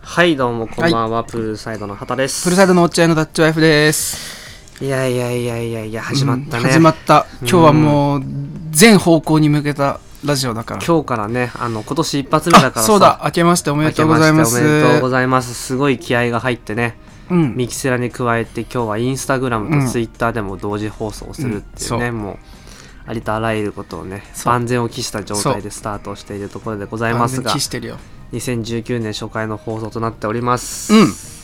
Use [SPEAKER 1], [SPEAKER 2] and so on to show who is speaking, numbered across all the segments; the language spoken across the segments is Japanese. [SPEAKER 1] はいどうもこんばんは、プールサイドの畑です
[SPEAKER 2] プルサイドのおっちゃいのダッチワイフです。
[SPEAKER 1] いやいやいやいやいや始まったね、
[SPEAKER 2] うん始まった。今日はもう、全方向に向けたラジオだから。
[SPEAKER 1] 今日からねあの今年一発目だから
[SPEAKER 2] あ
[SPEAKER 1] さ
[SPEAKER 2] そうだ、明けましてお
[SPEAKER 1] お
[SPEAKER 2] めでとうございます。
[SPEAKER 1] おめでとうございますすごい気合が入ってね
[SPEAKER 2] うん。
[SPEAKER 1] ミキセラに加えて今日はインスタグラム
[SPEAKER 2] うん
[SPEAKER 1] とツイッターでも同時放送するっていうね、
[SPEAKER 2] う
[SPEAKER 1] もうありとあらゆることをね
[SPEAKER 2] そう
[SPEAKER 1] 万全を期した状態でスタートしているところでございます
[SPEAKER 2] あ
[SPEAKER 1] が
[SPEAKER 2] 期してるよ。
[SPEAKER 1] 2019年初回の放送となっております、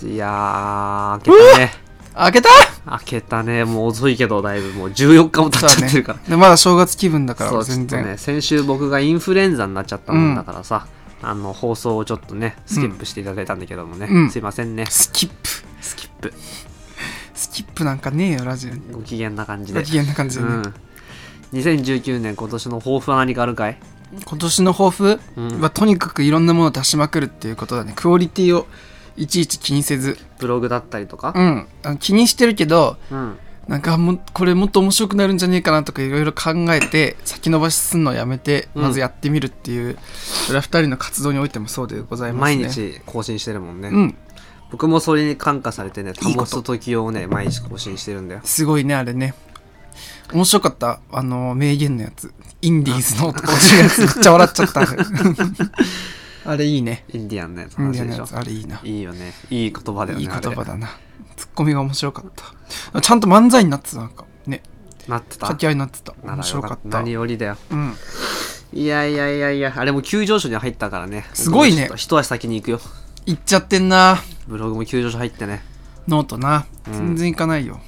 [SPEAKER 2] う
[SPEAKER 1] いやー開けたね
[SPEAKER 2] 開けた
[SPEAKER 1] 開けたねもう遅いけどだいぶもう14日も経っちゃってるから、
[SPEAKER 2] そうだねでまだ正月気分だか
[SPEAKER 1] そ
[SPEAKER 2] ら、
[SPEAKER 1] うちょっ
[SPEAKER 2] 全
[SPEAKER 1] とね
[SPEAKER 2] 然。
[SPEAKER 1] 先週僕がインフルエンザになっちゃったも
[SPEAKER 2] うん
[SPEAKER 1] んだからさ、あの放送をちょっとねスキップしていただいたんだけどもね、
[SPEAKER 2] うん
[SPEAKER 1] すいませんね
[SPEAKER 2] スキップ。
[SPEAKER 1] スキップ
[SPEAKER 2] スキップなんかねえよ、ラジオに。
[SPEAKER 1] ご機嫌な感じ
[SPEAKER 2] ご
[SPEAKER 1] で
[SPEAKER 2] 機嫌な感じで
[SPEAKER 1] う
[SPEAKER 2] ね。
[SPEAKER 1] ん2019年今年の抱負は何かあるかい、
[SPEAKER 2] 今年の抱負
[SPEAKER 1] うん
[SPEAKER 2] はとにかくいろんなものを出しまくるっていうことだね。クオリティをいちいち気にせず。
[SPEAKER 1] ブログだったりとか
[SPEAKER 2] う、ん。あの気にしてるけど、
[SPEAKER 1] うん
[SPEAKER 2] なんかもうこれもっと面白くなるんじゃねえかなとかいろいろ考えて先延ばしすんのをやめて
[SPEAKER 1] うん
[SPEAKER 2] まずやってみるっていう、それは2人の活動においてもそうでございます
[SPEAKER 1] 毎
[SPEAKER 2] ね
[SPEAKER 1] 日更新してるもんね、
[SPEAKER 2] うん
[SPEAKER 1] 僕もそれに感化されてね
[SPEAKER 2] いいこ
[SPEAKER 1] 保
[SPEAKER 2] と
[SPEAKER 1] つ時をね毎日更新してるんだよ
[SPEAKER 2] すごいねあれね面白かったあの名言のやつインディーズの男のやつめっちゃ笑っちゃった あれいいね
[SPEAKER 1] インディアンのやつ
[SPEAKER 2] インデ
[SPEAKER 1] 話
[SPEAKER 2] ィー
[SPEAKER 1] でし
[SPEAKER 2] ズのや
[SPEAKER 1] ょ
[SPEAKER 2] つあれいいない
[SPEAKER 1] いよねいい言葉だよね
[SPEAKER 2] いい言葉
[SPEAKER 1] だ
[SPEAKER 2] だなツッコミが面白かったちゃんと漫才になってたなんかね
[SPEAKER 1] なってた
[SPEAKER 2] 掛け合いになってた
[SPEAKER 1] ならよ
[SPEAKER 2] 面白かった
[SPEAKER 1] 何よりだよ
[SPEAKER 2] うん
[SPEAKER 1] いやいやいやいやあれも急上昇に入ったからね
[SPEAKER 2] すごいね
[SPEAKER 1] 僕もちょっと一足先に行くよ
[SPEAKER 2] 行っちゃってんな
[SPEAKER 1] ブログも急上昇入ってね
[SPEAKER 2] ノートな
[SPEAKER 1] うん
[SPEAKER 2] 全然行かないよ、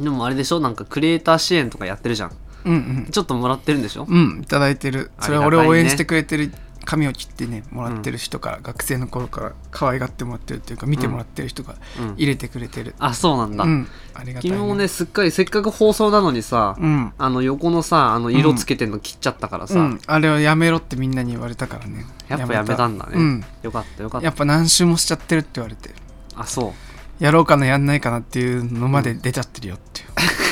[SPEAKER 1] でもあれでしょなんかクリエイター支援とかやってるじゃん
[SPEAKER 2] うん、うん
[SPEAKER 1] ちょっともらってるんでしょ
[SPEAKER 2] うんいただいてるそれは
[SPEAKER 1] あり
[SPEAKER 2] 俺
[SPEAKER 1] がたいね
[SPEAKER 2] を応援してくれてる髪を切ってねもらってる人から、学生の頃から可愛がってもらってるっていうか見てもらってる人が
[SPEAKER 1] うん
[SPEAKER 2] 入れてくれてる、
[SPEAKER 1] あそうなん
[SPEAKER 2] う
[SPEAKER 1] だ、
[SPEAKER 2] んありがたい、
[SPEAKER 1] 君もねすっかりせっかく放送なのにさ、
[SPEAKER 2] うん、
[SPEAKER 1] あの横のさあの色つけてんの切っちゃったからさ、
[SPEAKER 2] うん、あれをやめろってみんなに言われたからね
[SPEAKER 1] やっぱやめたんだね、
[SPEAKER 2] うん
[SPEAKER 1] よかったよかっ
[SPEAKER 2] や
[SPEAKER 1] た
[SPEAKER 2] っぱ何周もしちゃってるって言われて
[SPEAKER 1] あそう
[SPEAKER 2] やろうかなやんないかなっていうのまで出ちゃってるよって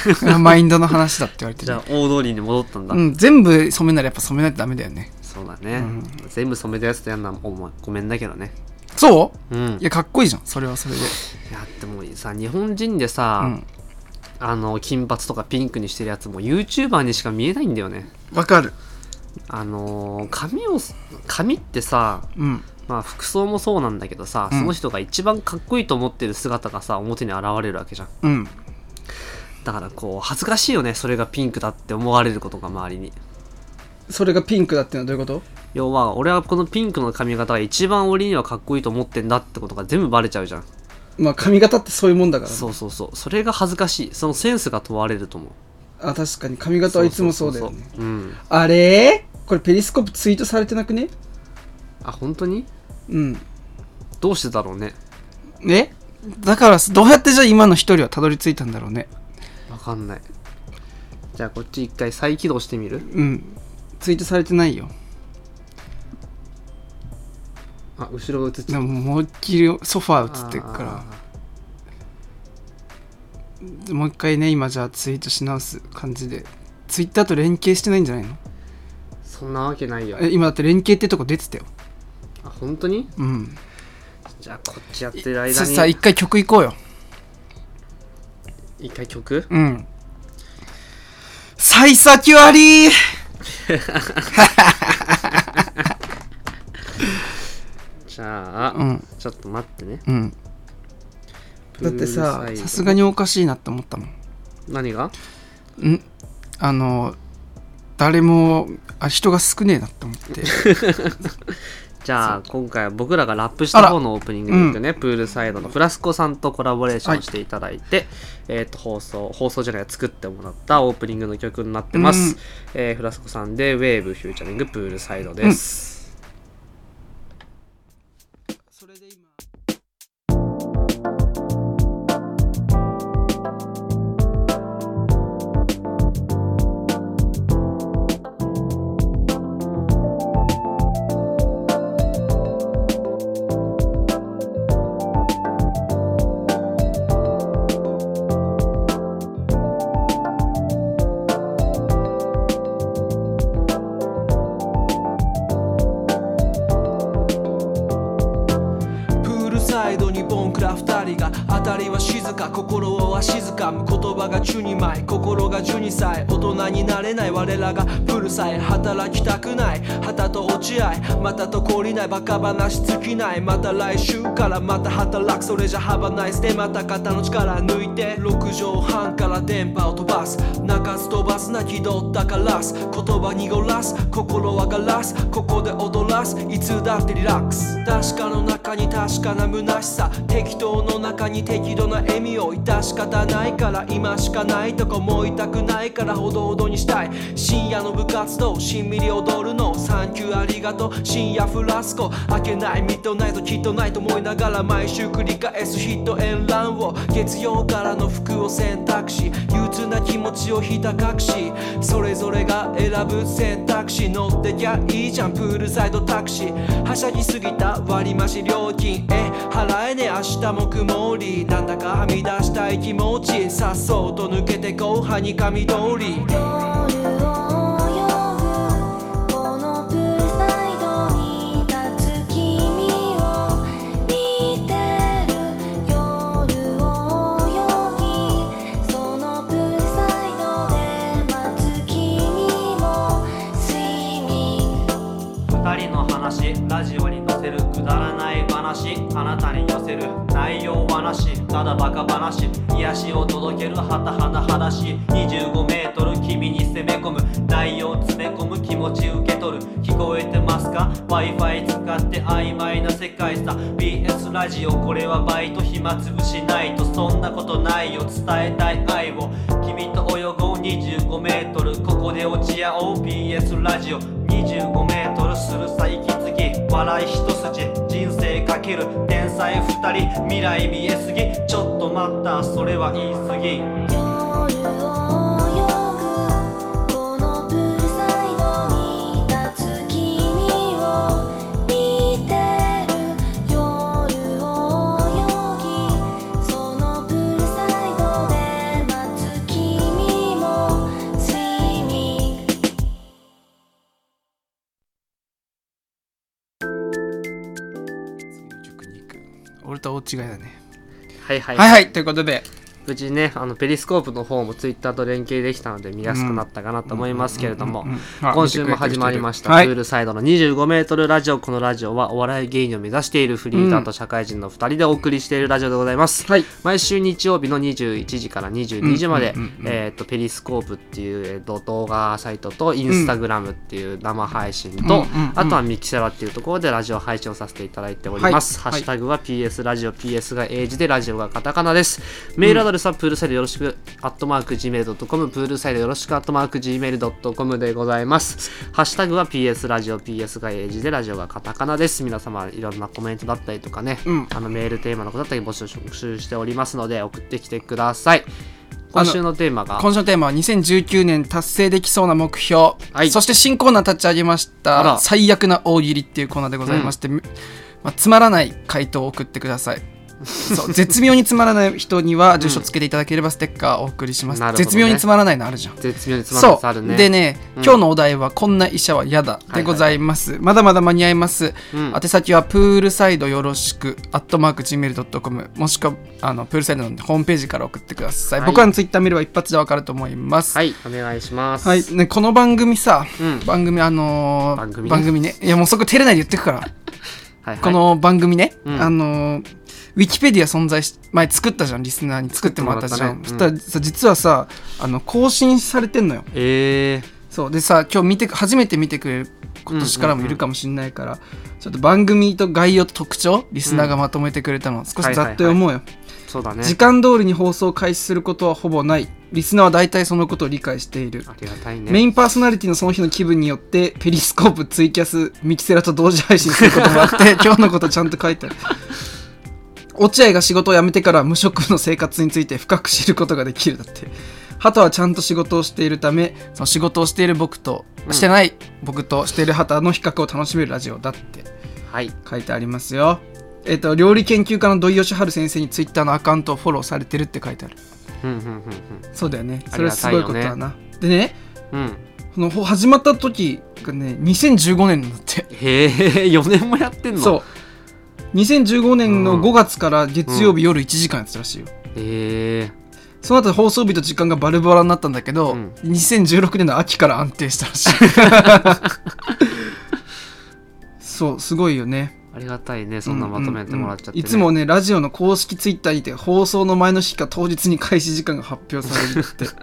[SPEAKER 2] いう、それはマインドの話だって言われて
[SPEAKER 1] じ
[SPEAKER 2] る
[SPEAKER 1] ゃあ大通りに戻ったんだ、
[SPEAKER 2] うん、全部染めならやっぱ染めないとダメだよね
[SPEAKER 1] そうだね、
[SPEAKER 2] うん
[SPEAKER 1] 全部染めたやつとやんのはお前ごめんだけどね
[SPEAKER 2] そう
[SPEAKER 1] うん
[SPEAKER 2] いやかっこいいじゃんそれはそれで、
[SPEAKER 1] いやでもさ日本人でさ、
[SPEAKER 2] うん、
[SPEAKER 1] あの金髪とかピンクにしてるやつも YouTuber にしか見えないんだよね
[SPEAKER 2] わかる
[SPEAKER 1] あのー髪を髪ってさ
[SPEAKER 2] うん
[SPEAKER 1] まあ服装もそうなんだけどさ、
[SPEAKER 2] うん
[SPEAKER 1] その人が一番かっこいいと思ってる姿がさ表に現れるわけじゃん
[SPEAKER 2] うん
[SPEAKER 1] だからこう恥ずかしいよねそれがピンクだって思われることが周りに
[SPEAKER 2] それがピンクだってのはどういうこと
[SPEAKER 1] 要は俺はこのピンクの髪型が一番俺にはかっこいいと思ってんだってことが全部バレちゃうじゃん
[SPEAKER 2] まあ髪型ってそういうもんだからね
[SPEAKER 1] そうそうそうそれが恥ずかしいそのセンスが問われると思う
[SPEAKER 2] あ確かに髪型はいつもそうだよ
[SPEAKER 1] そ
[SPEAKER 2] ね
[SPEAKER 1] うそうそううん
[SPEAKER 2] あれこれペリスコープツイートされてなくね
[SPEAKER 1] あ本当に
[SPEAKER 2] うん
[SPEAKER 1] どうしてだろうね
[SPEAKER 2] えだからどうやってじゃあ今の一人はたどり着いたんだろうね
[SPEAKER 1] わかんないじゃあこっち一回再起動してみる
[SPEAKER 2] うんツイートされてないよ
[SPEAKER 1] あ後ろが映っちゃった
[SPEAKER 2] でも思いっきりソファー映ってる
[SPEAKER 1] あ
[SPEAKER 2] からもう一回ね今じゃあツイートし直す感じでツイッターと連携してないんじゃないの
[SPEAKER 1] ーそんなわけないよ
[SPEAKER 2] え今だって連携ってとこ出てたよ
[SPEAKER 1] あ本当に
[SPEAKER 2] うん
[SPEAKER 1] じゃあこっちやってる間
[SPEAKER 2] そさあ
[SPEAKER 1] に
[SPEAKER 2] 一回曲行こうよ
[SPEAKER 1] 一回曲
[SPEAKER 2] うん幸先悪い
[SPEAKER 1] じゃあ、
[SPEAKER 2] うん
[SPEAKER 1] ちょっと待ってね
[SPEAKER 2] うんだってささすが
[SPEAKER 1] に
[SPEAKER 2] におかしいなって思ったもん
[SPEAKER 1] 何が
[SPEAKER 2] んあの誰もあ人が少ねえなって思っ て
[SPEAKER 1] じゃあ今回は僕らがラップした方のオープニングに行くね、プールサイドのフラスコさんとコラボレーションしていただいて、えっ、と放送放送じゃない作ってもらったオープニングの曲になってます、
[SPEAKER 2] うん
[SPEAKER 1] えーフラスコさんでウェーブフューチャリングプールサイドです、
[SPEAKER 2] それで今
[SPEAKER 3] プールサイドにボンクラ二人が当たりは静か心は静かむ言葉が12枚心が12歳大人になれない我らがプールさえ働きたくない旗と落合またと懲りないバカ話尽きないまた来週からまた働くそれじゃハバナイスでまた肩の力抜いて6畳半から電波を飛ばす鳴かず飛ばすな気取ったガラス言葉濁らす心はガラスここで踊らすいつだってリラックス確かの中に確かな虚しさ適当の中に適度な笑みを致し方ないから今しかないとか思いたくないからほどほどにしたい深夜の部活動しんみり踊るのサンキューありがとう深夜フラスコ開けないミッドナイトきっとないと思いながら毎週繰り返すヒットエンランを月曜からの服を選択し憂鬱な気持ちをひた隠しそれぞれが選ぶ選択肢乗ってきゃいいじゃんプールサイドタクシーはしゃぎすぎた割増料金え払えねえ明日も曇りなんだかはみ出したい気持ちさっそうと抜けて後半に神通り
[SPEAKER 4] 夜を泳ぐこのプールサイドに立つ君を見てる夜を泳ぎそのプールサイドで待つ君を睡眠
[SPEAKER 5] 二人の話ラジオに載せるくだらない話あなたに寄せる内容はなしただバカ話癒しを届けるはたはたはだし25メートル君に攻め込む内容詰め込む気持ち受け取る聞こえてますか Wi-Fi 使って曖昧な世界さ BS ラジオこれはバイト暇つぶしないとそんなことないよ伝えたい愛を君と泳ごう25メートルここで落ち合おう BS ラジオ25メートルするさ息継ぎ笑い一筋人生かける天才二人未来見えすぎちょっと待ったそれは言い過ぎ
[SPEAKER 4] 夜を泳ぐこのプールサイドに立つ君を見てる夜を泳ぎそのプールサイドで待つ君も睡眠
[SPEAKER 2] 次の曲に行く俺と大違いだね
[SPEAKER 1] はいはい
[SPEAKER 2] はいはいということで
[SPEAKER 1] 無事ねあのペリスコープの方もツイッターと連携できたので見やすくなったかなと思いますけれども
[SPEAKER 2] うんうんうんうんあ
[SPEAKER 1] 今週も始まりました、
[SPEAKER 2] 見てく
[SPEAKER 1] プー
[SPEAKER 2] れてる人いるはい
[SPEAKER 1] ルサイドの25メートルラジオこのラジオはお笑い芸人を目指しているフリーターと社会人の2人でお送りしているラジオでございます、
[SPEAKER 2] はい
[SPEAKER 1] 毎週日曜日の21時から22時まで、
[SPEAKER 2] うんうんうんうん
[SPEAKER 1] えーっとペリスコープっていう、えーと動画サイトとインスタグラムっていう生配信と、
[SPEAKER 2] うんうんうん
[SPEAKER 1] あとはミキセラっていうところでラジオ配信をさせていただいております、
[SPEAKER 2] はい
[SPEAKER 1] ハッシュタグは PS ラジオ PS が英字でラジオがカタカナですメールアドレスはプールサイドよろしく、アットマーク Gmail.com プールサイドよろしくアットマーク Gmail.com でございますハッシュタグは PS ラジオ PS が英字でラジオがカタカナです皆様いろんなコメントだったりとかね、
[SPEAKER 2] うん
[SPEAKER 1] あのメールテーマのことだったり募集しておりますので送ってきてください今週のテーマが
[SPEAKER 2] 今週のテーマは2019年達成できそうな目標、
[SPEAKER 1] はい
[SPEAKER 2] そして新コーナー立ち上げまし
[SPEAKER 1] あ
[SPEAKER 2] た
[SPEAKER 1] ら
[SPEAKER 2] 最悪な大喜利っていうコーナーでございまして、まあ、つまらない回答を送ってください そう絶妙につまらない人には住所つけていただければステッカーをお送りします、
[SPEAKER 1] なるほどね
[SPEAKER 2] 絶妙につまらないのあるじゃん
[SPEAKER 1] 絶妙につまらな
[SPEAKER 2] そ
[SPEAKER 1] さあるね
[SPEAKER 2] うでね、
[SPEAKER 1] うん
[SPEAKER 2] 今日のお題は「こんな医者は嫌だ」でございます、まだまだ間に合います、
[SPEAKER 1] うん
[SPEAKER 2] 宛先はプールサイドよろしく「アットマーク Gmail.com」もしくはあのプールサイドのホームページから送ってください、
[SPEAKER 1] はい
[SPEAKER 2] 僕らのツイッター見れば一発でわかると思います
[SPEAKER 1] はいお願いします
[SPEAKER 2] はい、ね、この番組さ、
[SPEAKER 1] うん
[SPEAKER 2] 番組あのー
[SPEAKER 1] 番組ね
[SPEAKER 2] ねいやもうそこ照れないで言ってくから、
[SPEAKER 1] はいはい
[SPEAKER 2] この番組ね、
[SPEAKER 1] うん
[SPEAKER 2] あのーウィキペディア存在し前作ったじゃんリスナーに作ってもらったじゃん、
[SPEAKER 1] 作
[SPEAKER 2] そ
[SPEAKER 1] っ
[SPEAKER 2] して
[SPEAKER 1] も
[SPEAKER 2] た
[SPEAKER 1] らった
[SPEAKER 2] らさ実はさあの更新されてんのよ
[SPEAKER 1] え
[SPEAKER 2] そうでさ今日見て初めて見てくれる今年からもいるかもしれないから、ちょっと番組と概要と特徴リスナーがまとめてくれたの、少しざっと読もうよ、
[SPEAKER 1] ー、そうだね
[SPEAKER 2] 時間通りに放送を開始することはほぼないリスナーは大体そのことを理解している
[SPEAKER 1] ありがたい
[SPEAKER 2] メ
[SPEAKER 1] ね
[SPEAKER 2] インパーソナリティのその日の気分によってペリスコープツイキャスミキセラと同時配信することもあって 今日のことちゃんと書いてある落合が仕事を辞めてから無職の生活について深く知ることができるだって畑はちゃんと仕事をしているためその仕事をしている僕
[SPEAKER 1] う
[SPEAKER 2] と、
[SPEAKER 1] ん
[SPEAKER 2] してない僕としている畑の比較を楽しめるラジオだって
[SPEAKER 1] はい
[SPEAKER 2] 書いてありますよえっ、と料理研究家の土井善晴先生にツイッターのアカウントをフォローされてるって書いてある
[SPEAKER 1] うんうんうん
[SPEAKER 2] そうだよね
[SPEAKER 1] あ
[SPEAKER 2] そ
[SPEAKER 1] り
[SPEAKER 2] れ
[SPEAKER 1] が
[SPEAKER 2] はす
[SPEAKER 1] たいよ
[SPEAKER 2] ご
[SPEAKER 1] ね
[SPEAKER 2] いことだな、でね
[SPEAKER 1] うんうん
[SPEAKER 2] そのほ始まった時がね2015年なんだって
[SPEAKER 1] へえ4年もやってんの
[SPEAKER 2] そう2015年
[SPEAKER 1] う
[SPEAKER 2] の
[SPEAKER 1] ん
[SPEAKER 2] 5月から月曜日夜1時間やってたらしいよ、
[SPEAKER 1] へえ
[SPEAKER 2] その後放送日と時間がバルバラになったんだけど、
[SPEAKER 1] うん
[SPEAKER 2] 2016年の秋から安定したらしい そうすごいよね
[SPEAKER 1] ありがたいねそんなまとめてもらっちゃって、ね
[SPEAKER 2] うんうんうんいつもねラジオの公式ツイッターにて放送の前の日か当日に開始時間が発表されるって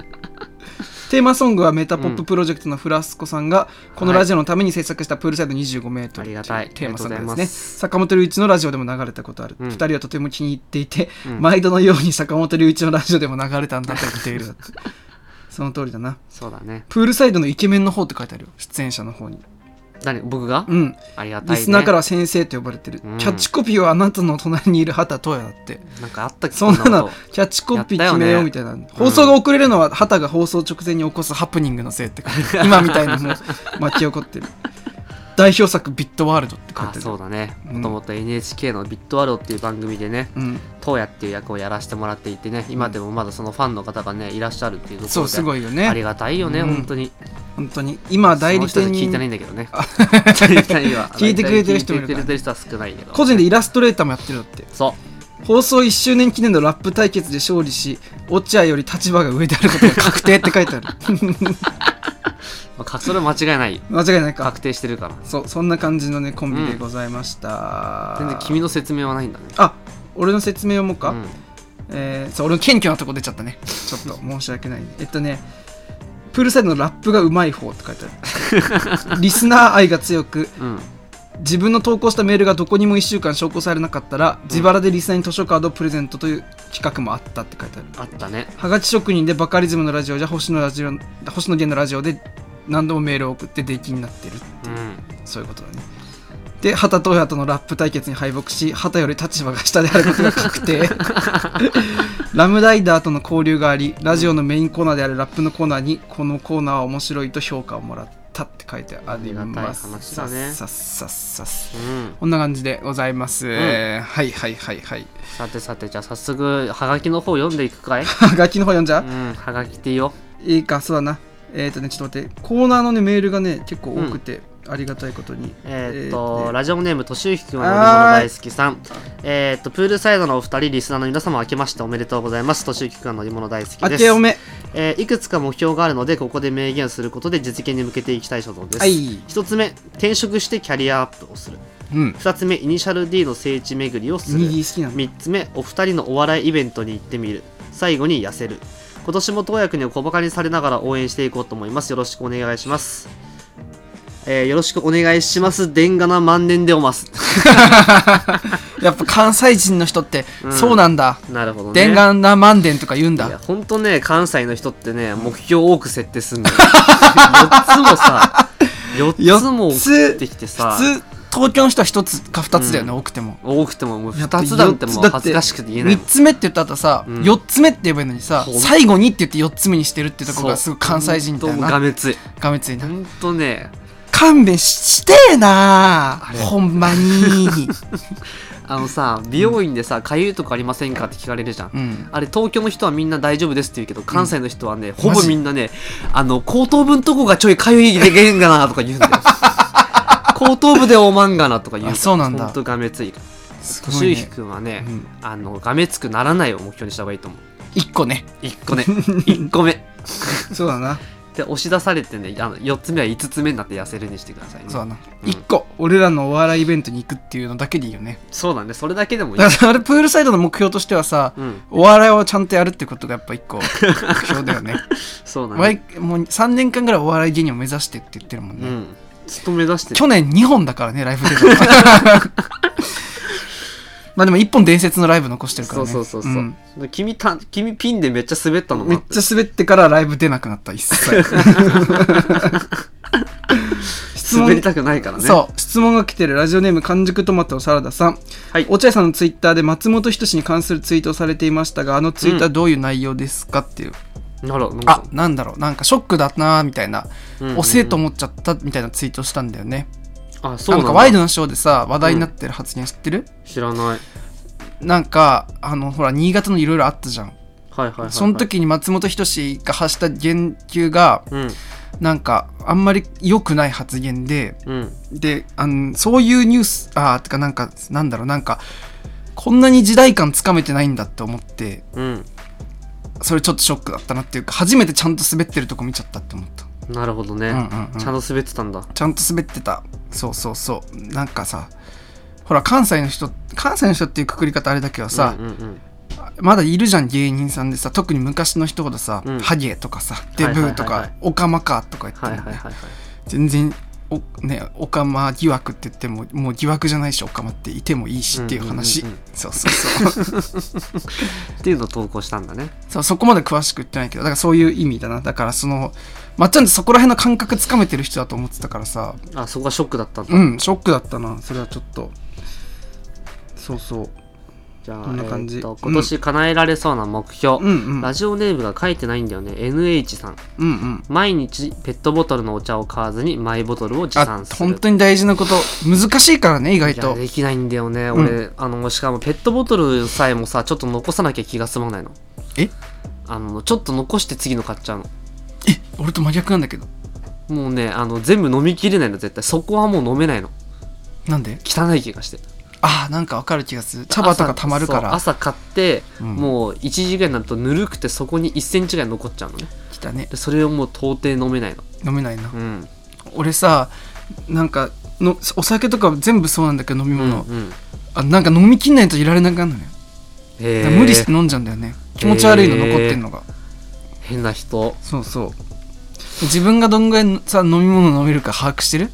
[SPEAKER 2] テーマソングはメタポッププロジェクトのフラスコさんがこのラジオのために制作したプールサイド2 5メート
[SPEAKER 1] あ
[SPEAKER 2] ル
[SPEAKER 1] りがたい
[SPEAKER 2] テーマソングで
[SPEAKER 1] あ
[SPEAKER 2] す
[SPEAKER 1] りがとうござい
[SPEAKER 2] ね
[SPEAKER 1] ます
[SPEAKER 2] 坂本龍一のラジオでも流れたことある、
[SPEAKER 1] う
[SPEAKER 2] 二
[SPEAKER 1] ん
[SPEAKER 2] 人はとても気に入っていて、
[SPEAKER 1] うん
[SPEAKER 2] 毎度のように坂本龍一のラジオでも流れたんだと言ってい るその通りだな
[SPEAKER 1] そうだね
[SPEAKER 2] プールサイドのイケメンの方って書いてあるよ出演者の方に
[SPEAKER 1] 何僕が、
[SPEAKER 2] うん
[SPEAKER 1] ありがたい、
[SPEAKER 2] リ
[SPEAKER 1] ね、
[SPEAKER 2] スナーからは先生と呼ばれてる、
[SPEAKER 1] うん
[SPEAKER 2] キャッチコピーはあなたの隣にいる畑とやだって
[SPEAKER 1] なんかあったっけ
[SPEAKER 2] そんな
[SPEAKER 1] こ
[SPEAKER 2] の
[SPEAKER 1] こと
[SPEAKER 2] キャッチコピー決め
[SPEAKER 1] やったよ
[SPEAKER 2] よう
[SPEAKER 1] ね
[SPEAKER 2] みたいな、放送が遅れるのは畑が放送直前に起こすハプニングのせいって書いてある今みたいなのも巻き起こってる代表作「ビットワールド」って書
[SPEAKER 1] あ
[SPEAKER 2] いてある
[SPEAKER 1] そうだね
[SPEAKER 2] うん
[SPEAKER 1] もともと NHK の「ビットワロー」っていう番組でね
[SPEAKER 2] うん、
[SPEAKER 1] 東野っていう役をやらせてもらっていてね今でもまだそのファンの方がねいらっしゃるっていうところで
[SPEAKER 2] そうすごいよ
[SPEAKER 1] あ
[SPEAKER 2] ね
[SPEAKER 1] りがたいよね、
[SPEAKER 2] うん
[SPEAKER 1] 本当に
[SPEAKER 2] 本当に今代理
[SPEAKER 1] その
[SPEAKER 2] 店
[SPEAKER 1] 人たち聞いてない
[SPEAKER 2] に
[SPEAKER 1] んだけどね聞いてないわ
[SPEAKER 2] 聞いてくれてる人もいる
[SPEAKER 1] 聞いてくれてる人は少ないけど
[SPEAKER 2] 個人でイラストレーターもやってるんだって
[SPEAKER 1] そう
[SPEAKER 2] 放送1周年記念のラップ対決で勝利し落合より立場が上であることが確定って書いてある
[SPEAKER 1] まあかそれは間違いないよ
[SPEAKER 2] 間違いないか
[SPEAKER 1] 確定してるから
[SPEAKER 2] そうそんな感じのねコンビでございました、
[SPEAKER 1] 全然君の説明はないんだね
[SPEAKER 2] あ俺の説明をもうか、
[SPEAKER 1] うん
[SPEAKER 2] えーそう俺の謙虚なとこ出ちゃったねちょっと申し訳ないえっとねプールサイドのラップがうまい方って書いてある リスナー愛が強く
[SPEAKER 1] うん
[SPEAKER 2] 自分の投稿したメールがどこにも1週間証拠されなかったら自腹でリスナーに図書カードをプレゼントという企画もあったって書いてある
[SPEAKER 1] あったね
[SPEAKER 2] はがき職人でバカリズムのラジオじゃ星野ラジオ星野源のラジオで何度もメールを送って出禁になってる
[SPEAKER 1] うん
[SPEAKER 2] そういうことだねで畑と親とのラップ対決に敗北し畑より立場が下であることが確 定ラムライダーとの交流がありラジオのメインコーナーであるラップのコーナーにこのコーナーは面白いと評価をもらったって書いてあります
[SPEAKER 1] ありがたい話だね
[SPEAKER 2] さっさっさっさ
[SPEAKER 1] うん、
[SPEAKER 2] こんな感じでございます、
[SPEAKER 1] ん
[SPEAKER 2] はいはいはいはい
[SPEAKER 1] さてさてじゃあ早速はがきの方読んでいく かい、
[SPEAKER 2] はがきの方読んじゃう
[SPEAKER 1] うん、はがきっていいよ
[SPEAKER 2] いいか、そうだな。えっ、とね、ちょっと待って、コーナーのね、メールがね、結構多くて、ありがたいことに
[SPEAKER 1] えーっと、
[SPEAKER 2] えー
[SPEAKER 1] ラジオネームとしゆきくんは乗り物大好きさんえーっとプールサイドのお二人リスナーの皆様明けましておめでとうございますとしゆきくんは乗り物大好き
[SPEAKER 2] あ
[SPEAKER 1] です
[SPEAKER 2] ておめ
[SPEAKER 1] えーいくつか目標があるのでここで明言することで実現に向けていきたい所存です、
[SPEAKER 2] はい
[SPEAKER 1] 1つ目転職してキャリアアップをする
[SPEAKER 2] うん
[SPEAKER 1] 2つ目イニシャル D の聖地巡りをする
[SPEAKER 2] 右好きなんだ
[SPEAKER 1] 3つ目お二人のお笑いイベントに行ってみる最後に痩せる今年も当役に小バカにされながら応援していこうと思いますよろしくお願いしますえーよろしくお願いしますでんがな万年でおます
[SPEAKER 2] やっぱ関西人の人って
[SPEAKER 1] うん
[SPEAKER 2] そうなんだ
[SPEAKER 1] なるほどね
[SPEAKER 2] 伝願な万伝とか言うん
[SPEAKER 1] いや
[SPEAKER 2] だ
[SPEAKER 1] ほんとね関西の人ってね目標多く設定すん のよ4つもさ4つも送ってきてさ
[SPEAKER 2] 普通東京の人は1つか2つだよね多くても
[SPEAKER 1] 多くてももう
[SPEAKER 2] いやだ
[SPEAKER 1] 2
[SPEAKER 2] って
[SPEAKER 1] つなんてもう
[SPEAKER 2] だって
[SPEAKER 1] 恥ずかしくて言えない
[SPEAKER 2] 3
[SPEAKER 1] もん
[SPEAKER 2] つ目って言った後さ
[SPEAKER 1] うん
[SPEAKER 2] 4つ目って言えばいいのにさ
[SPEAKER 1] そう
[SPEAKER 2] 最後にって言って4つ目にしてるってとこがす
[SPEAKER 1] そ
[SPEAKER 2] ご
[SPEAKER 1] う
[SPEAKER 2] い関西人だ
[SPEAKER 1] ほ
[SPEAKER 2] よ
[SPEAKER 1] んともうが
[SPEAKER 2] な
[SPEAKER 1] めつい
[SPEAKER 2] がめつい
[SPEAKER 1] ほ
[SPEAKER 2] なん
[SPEAKER 1] とね
[SPEAKER 2] 勘弁ししてえな
[SPEAKER 1] あれ
[SPEAKER 2] ほんまに
[SPEAKER 1] あのさ美容院でさかゆいとこありませんかって聞かれるじゃん、
[SPEAKER 2] うん
[SPEAKER 1] あれ東京の人はみんな大丈夫ですって言うけど関西の人はね、ほぼみんなねあの後頭部んとこがちょいかゆいでげんがなとか言う んだよ後頭部でおまんがなとか言う
[SPEAKER 2] あそうなんだ
[SPEAKER 1] ほんとがめついから
[SPEAKER 2] すご
[SPEAKER 1] 俊
[SPEAKER 2] い
[SPEAKER 1] 彦
[SPEAKER 2] ね
[SPEAKER 1] 君はね、
[SPEAKER 2] うん
[SPEAKER 1] あのがめつくならないを目標にした方がいいと思う
[SPEAKER 2] 1個ね
[SPEAKER 1] 1個目1個目
[SPEAKER 2] そうだな
[SPEAKER 1] で押し出されてねあの4つ目は5つ目になって痩せるにしてくださいね
[SPEAKER 2] そうだな
[SPEAKER 1] うん
[SPEAKER 2] 1個俺らのお笑いイベントに行くっていうのだけでいいよね
[SPEAKER 1] そうだねそれだけで もいい
[SPEAKER 2] だからあれプールサイドの目標としてはさ
[SPEAKER 1] うん
[SPEAKER 2] お笑いをちゃんとやるってことがやっぱ1個目標だよね
[SPEAKER 1] そうだね
[SPEAKER 2] 毎もう3年間ぐらいお笑い芸人を目指してって言ってるもん
[SPEAKER 1] う
[SPEAKER 2] ね、
[SPEAKER 1] んずっと目指してる
[SPEAKER 2] 去年2本だからねラ イブ出たのまあでも1本伝説のライブ残してるからね
[SPEAKER 1] そうそうそうそう、
[SPEAKER 2] ん
[SPEAKER 1] 君た君ピンでめっちゃ滑ったの
[SPEAKER 2] めっちゃ滑ってからライブ出なくなった一 切質問
[SPEAKER 1] 滑りたくないからね
[SPEAKER 2] そう質問が来てるラジオネーム完熟トマトのサラダさん、
[SPEAKER 1] はい
[SPEAKER 2] 落合さんのツイッターで松本人志に関するツイートをされていましたがあのツイッターどういう内容ですかっていう、
[SPEAKER 1] なるほど
[SPEAKER 2] あなんだろうなんかショックだなみたいな、
[SPEAKER 1] うんうん
[SPEAKER 2] 押せえと思っちゃったみたいなツイートしたんだよね
[SPEAKER 1] あそうなんん
[SPEAKER 2] な
[SPEAKER 1] だ
[SPEAKER 2] かワイドなショーでさ話題になってる発言知ってる、
[SPEAKER 1] 知らないはい
[SPEAKER 2] なんかあのほら新潟のいろいろあったじゃん、
[SPEAKER 1] はいはい、はい、
[SPEAKER 2] その時に松本人志が発した言及が
[SPEAKER 1] うん
[SPEAKER 2] なんかあんまり良くない発言で
[SPEAKER 1] うん
[SPEAKER 2] であのそういうニュースあーてかなんかなんだろうなんかこんなに時代感つかめてないんだって思って
[SPEAKER 1] うん
[SPEAKER 2] それちょっとショックだったなっていうか初めてちゃんと滑ってるとこ見ちゃったって思った
[SPEAKER 1] なるほどね、
[SPEAKER 2] うんうんうん
[SPEAKER 1] ちゃんと滑ってたんだ
[SPEAKER 2] ちゃんと滑ってたそうそうそうなんかさほら関西の人関西の人っていうくくり方あれだけどさ、
[SPEAKER 1] うんうん
[SPEAKER 2] まだいるじゃん芸人さんでさ特に昔の人ほどさ、
[SPEAKER 1] うん
[SPEAKER 2] ハゲとかさデブーと
[SPEAKER 1] はいはいはいは
[SPEAKER 2] か
[SPEAKER 1] い
[SPEAKER 2] オカマかとか言って
[SPEAKER 1] はい
[SPEAKER 2] ん
[SPEAKER 1] はい
[SPEAKER 2] だよ
[SPEAKER 1] はい
[SPEAKER 2] ね
[SPEAKER 1] はい
[SPEAKER 2] 全然おねオカマ疑惑って言ってももう疑惑じゃないしオカマっていてもいいしっていう話、
[SPEAKER 1] うんうんうん
[SPEAKER 2] そうそうそう
[SPEAKER 1] っていうのを投稿したんだね
[SPEAKER 2] そうそこまで詳しく言ってないけどだからそういう意味だなだからそのまっちゃんってそこら辺の感覚つかめてる人だと思ってたからさ
[SPEAKER 1] あそこがショックだったんだ、
[SPEAKER 2] うんショックだったなそれはちょっとそうそう
[SPEAKER 1] じゃあ
[SPEAKER 2] こんな感じ
[SPEAKER 1] えーっと今年叶えられそうな目標、
[SPEAKER 2] うんうん
[SPEAKER 1] ラジオネームが書いてないんだよね NH さん
[SPEAKER 2] うんうん
[SPEAKER 1] 毎日ペットボトルのお茶を買わずにマイボトルを持
[SPEAKER 2] あ
[SPEAKER 1] 参する
[SPEAKER 2] 本当に大事なこと難しいからね意外
[SPEAKER 1] いや
[SPEAKER 2] と
[SPEAKER 1] できないんだよね、
[SPEAKER 2] ん
[SPEAKER 1] 俺あのしかもペットボトルさえもさちょっと残さなきゃ気が済まないの
[SPEAKER 2] え
[SPEAKER 1] あのちょっと残して次の買っちゃうの
[SPEAKER 2] え俺と真逆なんだけど
[SPEAKER 1] もうねあの全部飲みきれないの絶対そこはもう飲めないの
[SPEAKER 2] なんで
[SPEAKER 1] 汚い気がして
[SPEAKER 2] ああなんかわかる気がする茶葉とか溜まるか
[SPEAKER 1] そう
[SPEAKER 2] ら
[SPEAKER 1] 朝買って、
[SPEAKER 2] うん
[SPEAKER 1] もう1時ぐらいになるとぬるくてそこに1センチぐらい残っちゃうのね
[SPEAKER 2] きたね
[SPEAKER 1] でそれをもう到底飲めないの
[SPEAKER 2] 飲めないな
[SPEAKER 1] うん
[SPEAKER 2] 俺さなんかのお酒とか全部そうなんだけど飲み
[SPEAKER 1] うん
[SPEAKER 2] 物、
[SPEAKER 1] うん
[SPEAKER 2] あなんか飲みきんないといられなくなるのよだから無理して飲んじゃうんだよね気持ち悪いの
[SPEAKER 1] へー
[SPEAKER 2] 残ってんのが、
[SPEAKER 1] 変な人
[SPEAKER 2] そうそう自分がどんぐらいさ飲み物飲めるか把握してる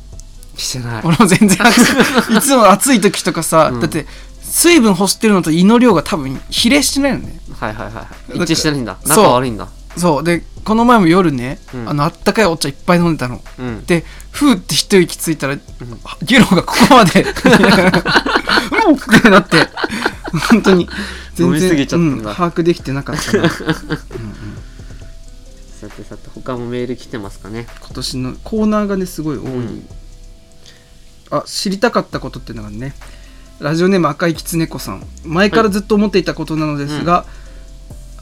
[SPEAKER 1] して ない
[SPEAKER 2] 俺も全然把握してないいつも暑い時とかさ、
[SPEAKER 1] うん
[SPEAKER 2] だって水分欲してるのと胃の量が多分比例してないのね
[SPEAKER 1] はいはいはいはい
[SPEAKER 2] だって
[SPEAKER 1] 一致してないんだ
[SPEAKER 2] そう
[SPEAKER 1] 仲悪いんだ
[SPEAKER 2] そうでこの前も夜ね、
[SPEAKER 1] うん
[SPEAKER 2] あのあったかいお茶いっぱい飲んでたの
[SPEAKER 1] うん
[SPEAKER 2] でふーって一息ついたら、ゲロがここまでうんってなって本当に
[SPEAKER 1] 飲みすぎちゃってんだ
[SPEAKER 2] うん把握できてなかったな今
[SPEAKER 1] さてさて他もメール来てますかね
[SPEAKER 2] 年のコーナーがねすごい多い、
[SPEAKER 1] ん
[SPEAKER 2] あ知りたかったことっていうのがねラジオネーム赤いきつねこさん前からずっと思っていたことなのですが、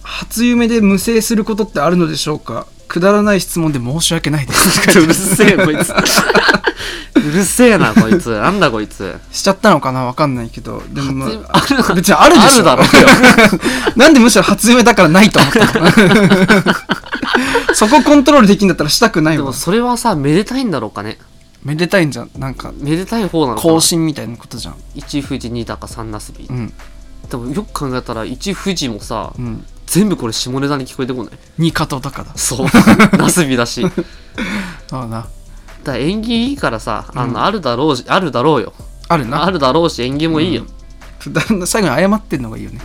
[SPEAKER 2] 初夢で無声することってあるの でしょうかくだらない質問で申し訳ないです
[SPEAKER 1] うっせえこいつうるせえなこいつ なんだこいつ
[SPEAKER 2] しちゃったのかなわかんないけど。でも、
[SPEAKER 1] 初
[SPEAKER 2] あ別にあるでしょ。
[SPEAKER 1] あるだろうよ
[SPEAKER 2] なんでむしろ初夢だからないと思ったの そこコントロールできんだったらしたくない
[SPEAKER 1] で
[SPEAKER 2] わ
[SPEAKER 1] も。それはさめでたいんだろうかね
[SPEAKER 2] めでたいんじゃん。なんか、
[SPEAKER 1] めでたい方なのかな
[SPEAKER 2] 更新みたいなことじゃん。
[SPEAKER 1] 1富士2高3なすび
[SPEAKER 2] うん。
[SPEAKER 1] でもよく考えたら1富士もさ
[SPEAKER 2] うん。
[SPEAKER 1] 全部これ下ネタに聞こえてこない
[SPEAKER 2] に加藤鷹だ。
[SPEAKER 1] そうなすびだ しだか
[SPEAKER 2] そうだな。
[SPEAKER 1] ら縁起いいからさあの、
[SPEAKER 2] うん
[SPEAKER 1] あるだろうしあるだろうよ
[SPEAKER 2] あるな。
[SPEAKER 1] あるだろうし縁起もいいよ、
[SPEAKER 2] 最後に謝ってんのがいい よね。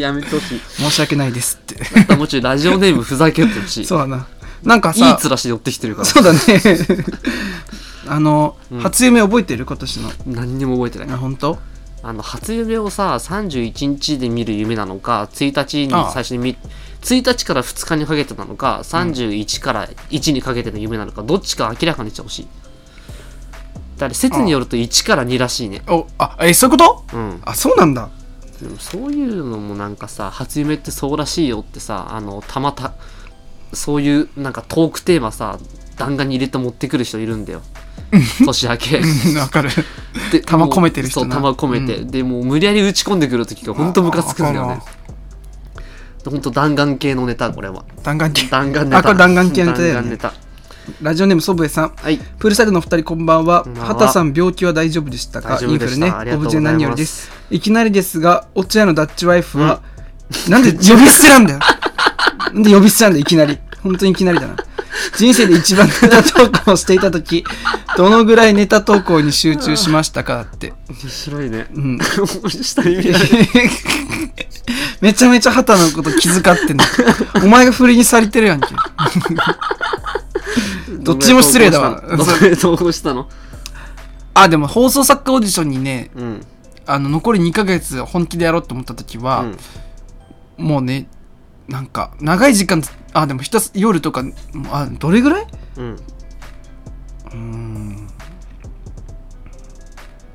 [SPEAKER 1] やめてほしい
[SPEAKER 2] 申し訳ないですって。
[SPEAKER 1] だったらもうちょいラジオネームふざけてほしい
[SPEAKER 2] そうだな。なんか
[SPEAKER 1] いい
[SPEAKER 2] さ、
[SPEAKER 1] 面して寄ってきてるから
[SPEAKER 2] そうだね。 あの、
[SPEAKER 1] うん
[SPEAKER 2] 初夢覚えてる今年の。
[SPEAKER 1] 何にも覚えてない
[SPEAKER 2] あ、本当？
[SPEAKER 1] あの初夢をさ31日で見る夢なのか1日に
[SPEAKER 2] ああ
[SPEAKER 1] 最初に見1日から2日にかけてなのか31から1にかけての夢なのかどっちか明らかにしてほしいだから説によると1から2らしいね
[SPEAKER 2] お、あ、え、そういうこと
[SPEAKER 1] うん
[SPEAKER 2] あ、そうなんだ。
[SPEAKER 1] でもそういうのもなんかさ初夢ってそうらしいよってさあのたまたそういうなんかトークテーマさ弾丸に入れて持ってくる人いる んだよ年明け
[SPEAKER 2] うんわかる。
[SPEAKER 1] で
[SPEAKER 2] 玉込めてる人
[SPEAKER 1] そう
[SPEAKER 2] な
[SPEAKER 1] 玉込めて、でもう無理やり打ち込んでくる時がほんとムカつくんだよ
[SPEAKER 2] あ
[SPEAKER 1] ねほんと弾丸系のネタこれ は
[SPEAKER 2] 弾丸系。
[SPEAKER 1] 弾丸ネタ
[SPEAKER 2] あこれ弾丸系のネタだよね
[SPEAKER 1] 弾丸ネタ
[SPEAKER 2] ラジオネーム祖父江さん。
[SPEAKER 1] はい
[SPEAKER 2] プールサイドのお二人こんばんは
[SPEAKER 1] こんばんは
[SPEAKER 2] 畑さん病気は大丈夫でしたか
[SPEAKER 1] 大丈夫でした
[SPEAKER 2] イン
[SPEAKER 1] あ
[SPEAKER 2] フ
[SPEAKER 1] り
[SPEAKER 2] ル
[SPEAKER 1] が
[SPEAKER 2] ね
[SPEAKER 1] とうご
[SPEAKER 2] ご無
[SPEAKER 1] ざいます
[SPEAKER 2] 事で何よりですいきなりですが落合のダッチワイフは、 なんで呼び捨てなんだよ なんで呼び捨てなんだよいきなり本当にいきなりだな人生で一番ネタ投稿をしてい た時どのぐらいネタ投稿に集中しましたかって
[SPEAKER 1] 面白い ね
[SPEAKER 2] うん
[SPEAKER 1] 下に見えない
[SPEAKER 2] めちゃめちゃ畑のこと気遣ってんだお前が不利にされてるやんけどっちも失礼だわ
[SPEAKER 1] どこで投稿したの
[SPEAKER 2] あでも放送作家オーディションにね
[SPEAKER 1] うん
[SPEAKER 2] あの残り2ヶ月本気でやろうと思った時は、
[SPEAKER 1] うん
[SPEAKER 2] もうねなんか長い時間あでもひたす夜とかあどれぐらい
[SPEAKER 1] うん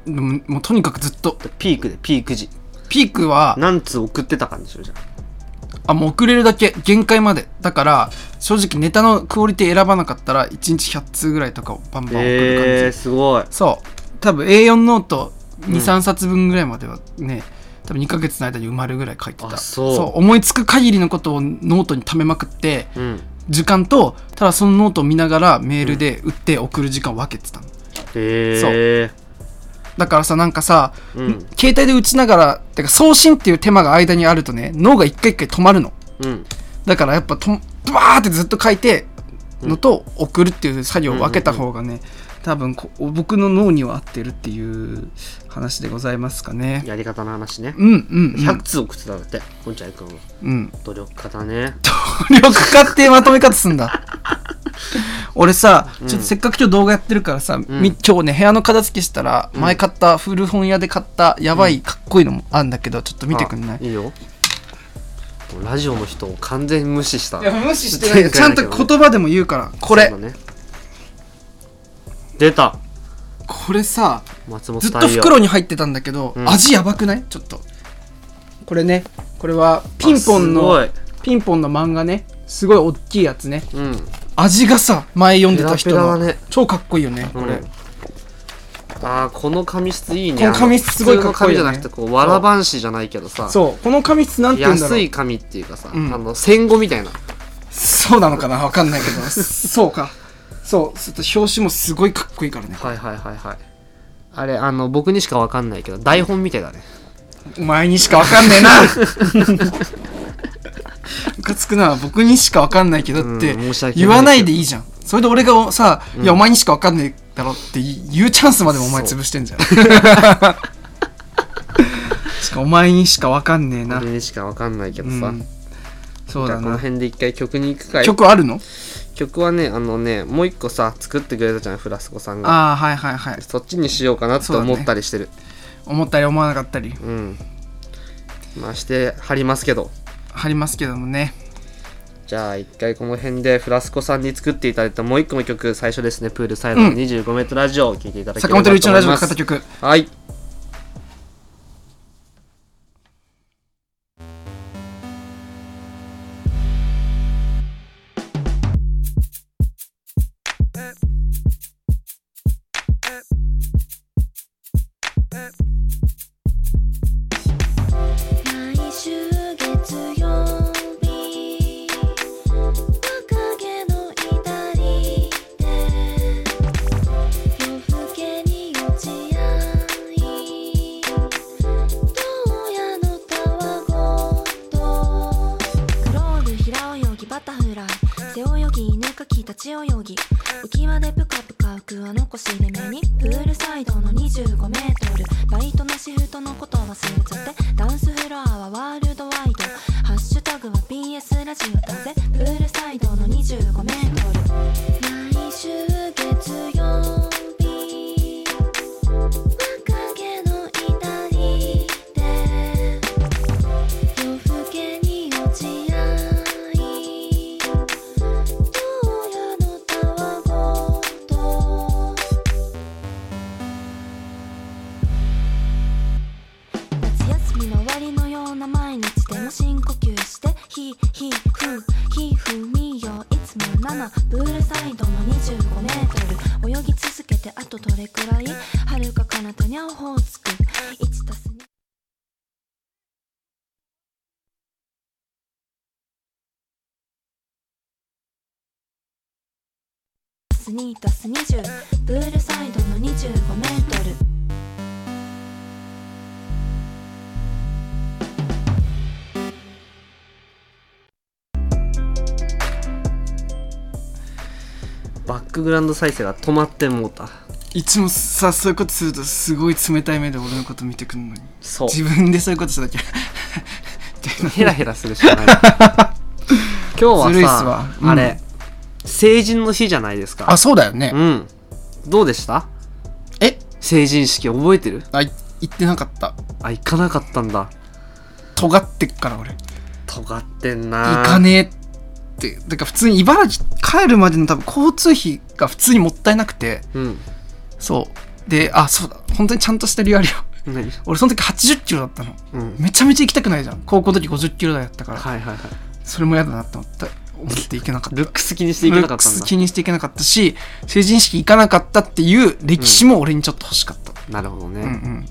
[SPEAKER 2] でももうとにかくずっと
[SPEAKER 1] ピークでピーク時
[SPEAKER 2] ピークは
[SPEAKER 1] 何通送ってた感じでしょじゃあ
[SPEAKER 2] あもう遅れるだけ限界までだから正直ネタのクオリティ選ばなかったら1日100通ぐらいとかをバンバン送る感じ、
[SPEAKER 1] えー、すごい
[SPEAKER 2] そう多分 A4 ノート23、冊分ぐらいまではね多分2ヶ月の間に埋まるぐらい書いてた
[SPEAKER 1] あそう
[SPEAKER 2] 思いつく限りのことをノートに溜めまくって
[SPEAKER 1] うん
[SPEAKER 2] 時間とただそのノートを見ながらメールで打って送る時間を分けてたの、
[SPEAKER 1] え
[SPEAKER 2] だからさなんかさ、
[SPEAKER 1] ー、うん
[SPEAKER 2] 携帯で打ちながらてか送信っていう手間が間にあるとね脳が一回一回止まるの
[SPEAKER 1] うん
[SPEAKER 2] だからやっぱとドワーってずっと書いてのと送るっていう作業を分けた方がね、多分こ僕の脳には合ってるっていう話でございますかね
[SPEAKER 1] やり方の話ね
[SPEAKER 2] うんうん、うん、
[SPEAKER 1] 100通送ってたんだってこんちゃんくんは
[SPEAKER 2] うん
[SPEAKER 1] 努力家だね
[SPEAKER 2] 努力家っていうまとめ方すんだ俺さちょっとせっかく今日動画やってるからさ、み今日ね部屋の片付けしたら前買った古本屋で買ったやばいかっこいいのもあんだけどちょっと見てくんない、
[SPEAKER 1] あいいよラジオの人を完全に無視した
[SPEAKER 2] いや無視してないよちゃんと言葉でも言うからこれ、
[SPEAKER 1] そうだね出た
[SPEAKER 2] これさ
[SPEAKER 1] 松本
[SPEAKER 2] ずっ
[SPEAKER 1] 太
[SPEAKER 2] と
[SPEAKER 1] 陽
[SPEAKER 2] 袋に入ってたんだけど、
[SPEAKER 1] ん
[SPEAKER 2] 味やばくないちょっとこれねこれはピンポン
[SPEAKER 1] あ
[SPEAKER 2] の
[SPEAKER 1] す
[SPEAKER 2] ピンポンの漫画ねすごい大きいやつね
[SPEAKER 1] ごいうん
[SPEAKER 2] 味がさ前読んでた人
[SPEAKER 1] ペラ
[SPEAKER 2] の
[SPEAKER 1] ペラだね
[SPEAKER 2] 超かっこいいよねこれ、
[SPEAKER 1] うんあーこの紙質いいね
[SPEAKER 2] この紙質すごいかっこいいよね
[SPEAKER 1] あの普通の紙じゃなくてこうわらばんしじゃないけどさ
[SPEAKER 2] そうこの紙質なんて言うんだろ
[SPEAKER 1] 安
[SPEAKER 2] う
[SPEAKER 1] い紙っていうかさ、
[SPEAKER 2] ん
[SPEAKER 1] あの戦後みたいな
[SPEAKER 2] そうなのかなわかんないけどそうかそうちょっと表紙もすごいかっこいいからね
[SPEAKER 1] はいはいはいはいあれあの僕にしかわかんないけど台本みたいだね
[SPEAKER 2] お前にしかわかんねえなムカつくな僕にしかわかんないけどって
[SPEAKER 1] うん申し訳ないけど
[SPEAKER 2] 言わないでいいじゃんそれで俺がさ「いやお前にしかわかんねえだろ」って言うチャンスまでもお前潰してんじゃんしかお前にしかわかんねえな
[SPEAKER 1] 僕にしかわかんないけど
[SPEAKER 2] う
[SPEAKER 1] さ、
[SPEAKER 2] んそう
[SPEAKER 1] じ
[SPEAKER 2] だ
[SPEAKER 1] ゃあこの
[SPEAKER 2] な
[SPEAKER 1] 辺で一回曲に行くかい
[SPEAKER 2] 曲あるの
[SPEAKER 1] 曲はねあのねもう一個さ作ってくれたじゃんフラスコさんが
[SPEAKER 2] ああはいはいはい
[SPEAKER 1] そっちにしようかなって
[SPEAKER 2] そうだね
[SPEAKER 1] 思ったりしてる
[SPEAKER 2] 思ったり思わなかったり
[SPEAKER 1] うんまあして貼りますけど
[SPEAKER 2] 貼りますけどもね
[SPEAKER 1] じゃあ一回この辺でフラスコさんに作っていただいたもう一個の曲最初ですねプールサイドの 25m ラジオを聴いていただけれ
[SPEAKER 2] 坂
[SPEAKER 1] ば
[SPEAKER 2] 本
[SPEAKER 1] と
[SPEAKER 2] 龍
[SPEAKER 1] 思い
[SPEAKER 2] 一のラジオ
[SPEAKER 1] ま、
[SPEAKER 2] です買った曲
[SPEAKER 1] はい
[SPEAKER 4] いいねかき立ち泳ぎ浮き輪でぷかぷか浮くあの子しれ目にプールサイドの25メートルバイトのシフトのこと忘れちゃってダンスフロアはワールドワイドハッシュタグは PS ラジオだぜプールサイドの25メートル毎週月曜日若気の至りで夜更けに落ち合い牢屋のたわごと夏休みの終わりのような毎日でも深呼吸してヒーヒーフーヒーフーミーよいつも7プールサイドの25メートル泳ぎ続けてあとどれくらい遥か彼方に青ほうつく1たす2す2たす20プールサイドの25メートル
[SPEAKER 1] バックグラウンド再生が止まってもうた
[SPEAKER 2] いつもさそういうことするとすごい冷たい目で俺のこと見てくるのに
[SPEAKER 1] そう
[SPEAKER 2] 自分でそういうことしただけ
[SPEAKER 1] ヘラヘラするし かない今日は
[SPEAKER 2] ずるいっす
[SPEAKER 1] さ
[SPEAKER 2] わうん
[SPEAKER 1] あれ成人の日じゃないですか
[SPEAKER 2] あそうだよね
[SPEAKER 1] うんどうでした
[SPEAKER 2] え
[SPEAKER 1] 成人式覚えてる
[SPEAKER 2] あい言ってなかった
[SPEAKER 1] あ行かなかったんだ
[SPEAKER 2] 尖ってっから俺
[SPEAKER 1] 尖ってんな
[SPEAKER 2] 行かねえってだから普通に茨城帰るまでの多分交通費が普通にもったいなくて
[SPEAKER 1] うん
[SPEAKER 2] そうであそうだ本当にちゃんとした理由あるよ
[SPEAKER 1] 何
[SPEAKER 2] 俺その時80キロだったの
[SPEAKER 1] うん
[SPEAKER 2] めちゃめちゃ行きたくないじゃん高校の時50キロ台だったから
[SPEAKER 1] はいはいはい
[SPEAKER 2] それも嫌だなって思った思って行けなかった
[SPEAKER 1] ルックス気にしていけなかった
[SPEAKER 2] ル
[SPEAKER 1] ん
[SPEAKER 2] ックス
[SPEAKER 1] だ
[SPEAKER 2] 気にしていけなかったし成人式行かなかったっていう歴史も俺にちょっと欲しかった、
[SPEAKER 1] なるほどね、
[SPEAKER 2] うんうん、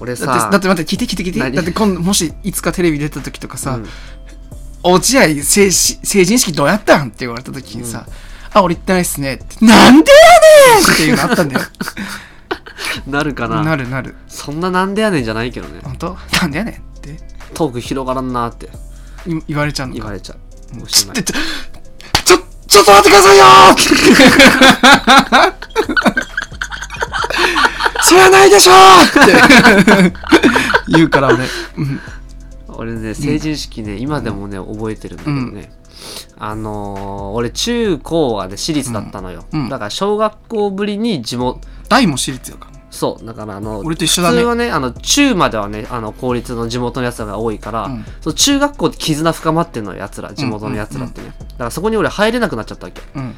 [SPEAKER 1] 俺
[SPEAKER 2] だって
[SPEAKER 1] さ
[SPEAKER 2] だって待って聞いて聞いて聞いて
[SPEAKER 1] 何
[SPEAKER 2] だって今度もしいつかテレビ出た時とかさ、
[SPEAKER 1] うん
[SPEAKER 2] 落合成し成人式どうやったんって言われた時にさ、あ俺行ってないっすねってなんでやねんっていうのあっ たんだよ
[SPEAKER 1] なるかな
[SPEAKER 2] なるなる
[SPEAKER 1] そんななんでやねんじゃないけどね
[SPEAKER 2] 本当なんでやねんって
[SPEAKER 1] トーク広がらんなって
[SPEAKER 2] い言われちゃうの
[SPEAKER 1] 言わ
[SPEAKER 2] か
[SPEAKER 1] れちゃうおし
[SPEAKER 2] ちょ
[SPEAKER 1] まい
[SPEAKER 2] ちょちょちょちょっと待ってくださいよ ー知らないでし ょーって言うから俺、うん、
[SPEAKER 1] 俺ね成人式ね、今でもね覚えてるんだけどね、あのー俺中高はね私立だったのよ、
[SPEAKER 2] うんうん
[SPEAKER 1] だから小学校ぶりに地元
[SPEAKER 2] 大も私立やから
[SPEAKER 1] そうだからあの
[SPEAKER 2] 俺と一緒だね
[SPEAKER 1] 普通はねあの中まではねあの公立の地元のやつらが多いから、
[SPEAKER 2] うん
[SPEAKER 1] そう中学校って絆深まってんのよやつら地元のやつらってね、だからそこに俺入れなくなっちゃったわけ
[SPEAKER 2] うん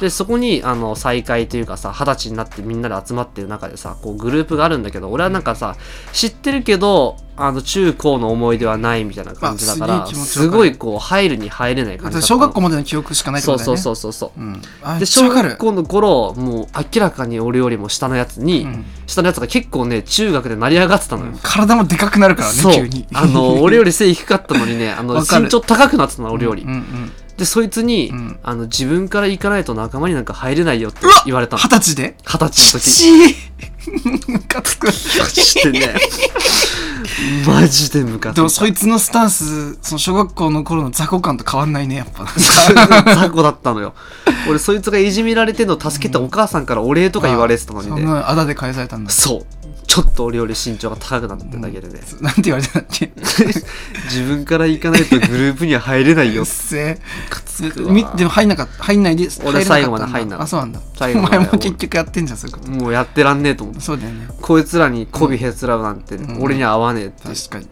[SPEAKER 1] でそこにあの再会というかさ二十歳になってみんなで集まってる中でさこうグループがあるんだけど俺はなんかさ知ってるけどあの中高の思い出はないみたいな感じだから
[SPEAKER 2] あすげえ気持ちわかる
[SPEAKER 1] すごいこう入るに入れない
[SPEAKER 2] だ
[SPEAKER 1] 感じだ
[SPEAKER 2] から
[SPEAKER 1] った
[SPEAKER 2] 小学校
[SPEAKER 1] も
[SPEAKER 2] までの記憶しかないって
[SPEAKER 1] そ
[SPEAKER 2] こ
[SPEAKER 1] う
[SPEAKER 2] とだ
[SPEAKER 1] そう
[SPEAKER 2] よね
[SPEAKER 1] そううそうそう
[SPEAKER 2] うんあ
[SPEAKER 1] で
[SPEAKER 2] 小
[SPEAKER 1] 小
[SPEAKER 2] 学
[SPEAKER 1] 学
[SPEAKER 2] 校
[SPEAKER 1] 校の頃もう明らかに俺よりも下のやつに、
[SPEAKER 2] うん
[SPEAKER 1] 下のやつが結構ね中学で成り上がってたのよ、
[SPEAKER 2] 体もでかくなるからね
[SPEAKER 1] そう
[SPEAKER 2] 急に
[SPEAKER 1] あ の俺より背低かったのにねあの
[SPEAKER 2] わかる
[SPEAKER 1] 身長高くなってたの俺より、
[SPEAKER 2] うんうん
[SPEAKER 1] でそいつに、
[SPEAKER 2] うん
[SPEAKER 1] あの自分から行かないと仲間になんか入れないよって
[SPEAKER 2] うわ
[SPEAKER 1] 言われたの
[SPEAKER 2] 二十歳で
[SPEAKER 1] 二十歳の時
[SPEAKER 2] ちームカつく
[SPEAKER 1] して ねマジでムカついた
[SPEAKER 2] でもそいつのスタンスその小学校の頃の雑魚感と変わんないねやっぱ
[SPEAKER 1] 雑魚だったのよ俺そいつがいじめられてんの助けてお母さんからお礼とか言われてたのに
[SPEAKER 2] そん
[SPEAKER 1] ね
[SPEAKER 2] なのあだで返されたんだ
[SPEAKER 1] そうちょっと俺より身長が高くなってるだけでね、
[SPEAKER 2] なんて言われたんだっけ
[SPEAKER 1] 自分から行かないとグループには入れないう よ
[SPEAKER 2] っせ
[SPEAKER 1] かつく
[SPEAKER 2] え
[SPEAKER 1] わ
[SPEAKER 2] みでも入んなかった入んないで
[SPEAKER 1] 俺
[SPEAKER 2] 入らかったんだ
[SPEAKER 1] 最後まで入んなかった
[SPEAKER 2] あそうなんだ
[SPEAKER 1] 最後ま
[SPEAKER 2] お
[SPEAKER 1] で
[SPEAKER 2] 前も結局やってんじゃんそういうこ
[SPEAKER 1] もうやってらんねえと思って
[SPEAKER 2] とそうだよね
[SPEAKER 1] こいつらに媚びへつらうなんて
[SPEAKER 2] ん
[SPEAKER 1] 俺には合わねえって、
[SPEAKER 2] 確かに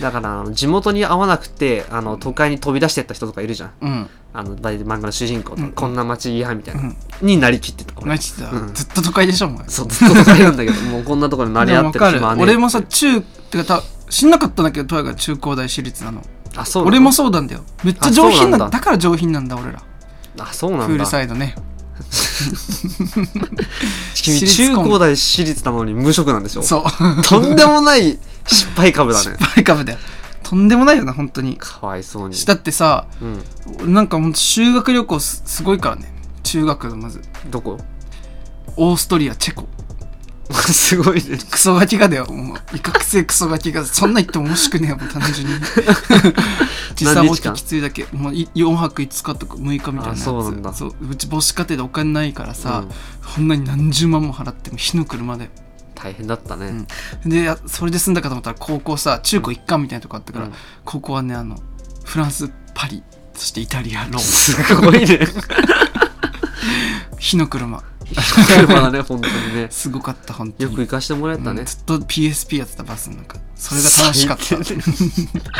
[SPEAKER 1] だからあの地元に合わなくてあの都会に飛び出してった人とかいるじゃん
[SPEAKER 2] うん
[SPEAKER 1] あの大漫画の主人公とか、
[SPEAKER 2] うん
[SPEAKER 1] こんな街嫌みたいな、
[SPEAKER 2] うん
[SPEAKER 1] になりきってた俺
[SPEAKER 2] マジでだ
[SPEAKER 1] うん
[SPEAKER 2] ずっと都会でしょお前
[SPEAKER 1] そう、ずっと都会なんだけど、もうこんなところで成り合ってる
[SPEAKER 2] でも
[SPEAKER 1] 暇
[SPEAKER 2] わ
[SPEAKER 1] は
[SPEAKER 2] か
[SPEAKER 1] ね
[SPEAKER 2] る俺もさ中ってかた知んなかったんだけどトヤが中高大私立なの
[SPEAKER 1] あ、そうな
[SPEAKER 2] 俺
[SPEAKER 1] んだ
[SPEAKER 2] もそうなんだよめっちゃ上品なんだ
[SPEAKER 1] あそうなんだ
[SPEAKER 2] だから上品なんだ俺ら
[SPEAKER 1] あ、そう
[SPEAKER 2] プ
[SPEAKER 1] なん
[SPEAKER 2] ール
[SPEAKER 1] だ。
[SPEAKER 2] サイドね
[SPEAKER 1] 君、
[SPEAKER 2] 私立
[SPEAKER 1] 中
[SPEAKER 2] コン
[SPEAKER 1] 高大私立なのに無職なんでしょ
[SPEAKER 2] そう
[SPEAKER 1] とんでもない失敗株だね。
[SPEAKER 2] バイカブだよとんでもないよな本当に
[SPEAKER 1] かわいそうに。
[SPEAKER 2] だってさ
[SPEAKER 1] うん。
[SPEAKER 2] 俺なんかほんと修学旅行すすごいからね中学のまず
[SPEAKER 1] どこ
[SPEAKER 2] オーストリアチェコ
[SPEAKER 1] すごいね。
[SPEAKER 2] クソガキがだよ、もう。威嚇性クソガキが。そんな言っても惜しくねえよ、もう単 純に。時差ボ
[SPEAKER 1] 何日
[SPEAKER 2] ケ
[SPEAKER 1] 間
[SPEAKER 2] きついだけ。もうい4泊5日とか6日みたいなや
[SPEAKER 1] あ
[SPEAKER 2] つ。
[SPEAKER 1] そうなんだ
[SPEAKER 2] そううち母子家庭でお金ないからさ、こんなに何十万も払っても火の車で。
[SPEAKER 1] 大変だったね。
[SPEAKER 2] んで、やそれで済んだかと思ったら高校さ、中高一貫みたいなとこあったから、
[SPEAKER 1] うん
[SPEAKER 2] 高校はね、あの、フランス、パリ、そしてイタリア、ロー
[SPEAKER 1] すご いね。
[SPEAKER 2] ン。火の車。
[SPEAKER 1] 車だね、本当にね。
[SPEAKER 2] すごかった、本当
[SPEAKER 1] よ
[SPEAKER 2] に。
[SPEAKER 1] く行かしてもらえた
[SPEAKER 2] う
[SPEAKER 1] ね
[SPEAKER 2] ん。ずっと PSP やってたバスの中。それが楽しかった。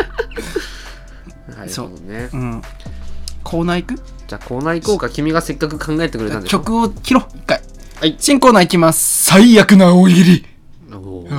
[SPEAKER 1] なるほどね。
[SPEAKER 2] うん。コーナー行く
[SPEAKER 1] じゃあコーナー行こうか。君がせっかく考えてくれたんでしょ。
[SPEAKER 2] 曲を切ろう一回
[SPEAKER 1] はい
[SPEAKER 2] 新コーナーいきます最悪な大喜利
[SPEAKER 1] おー お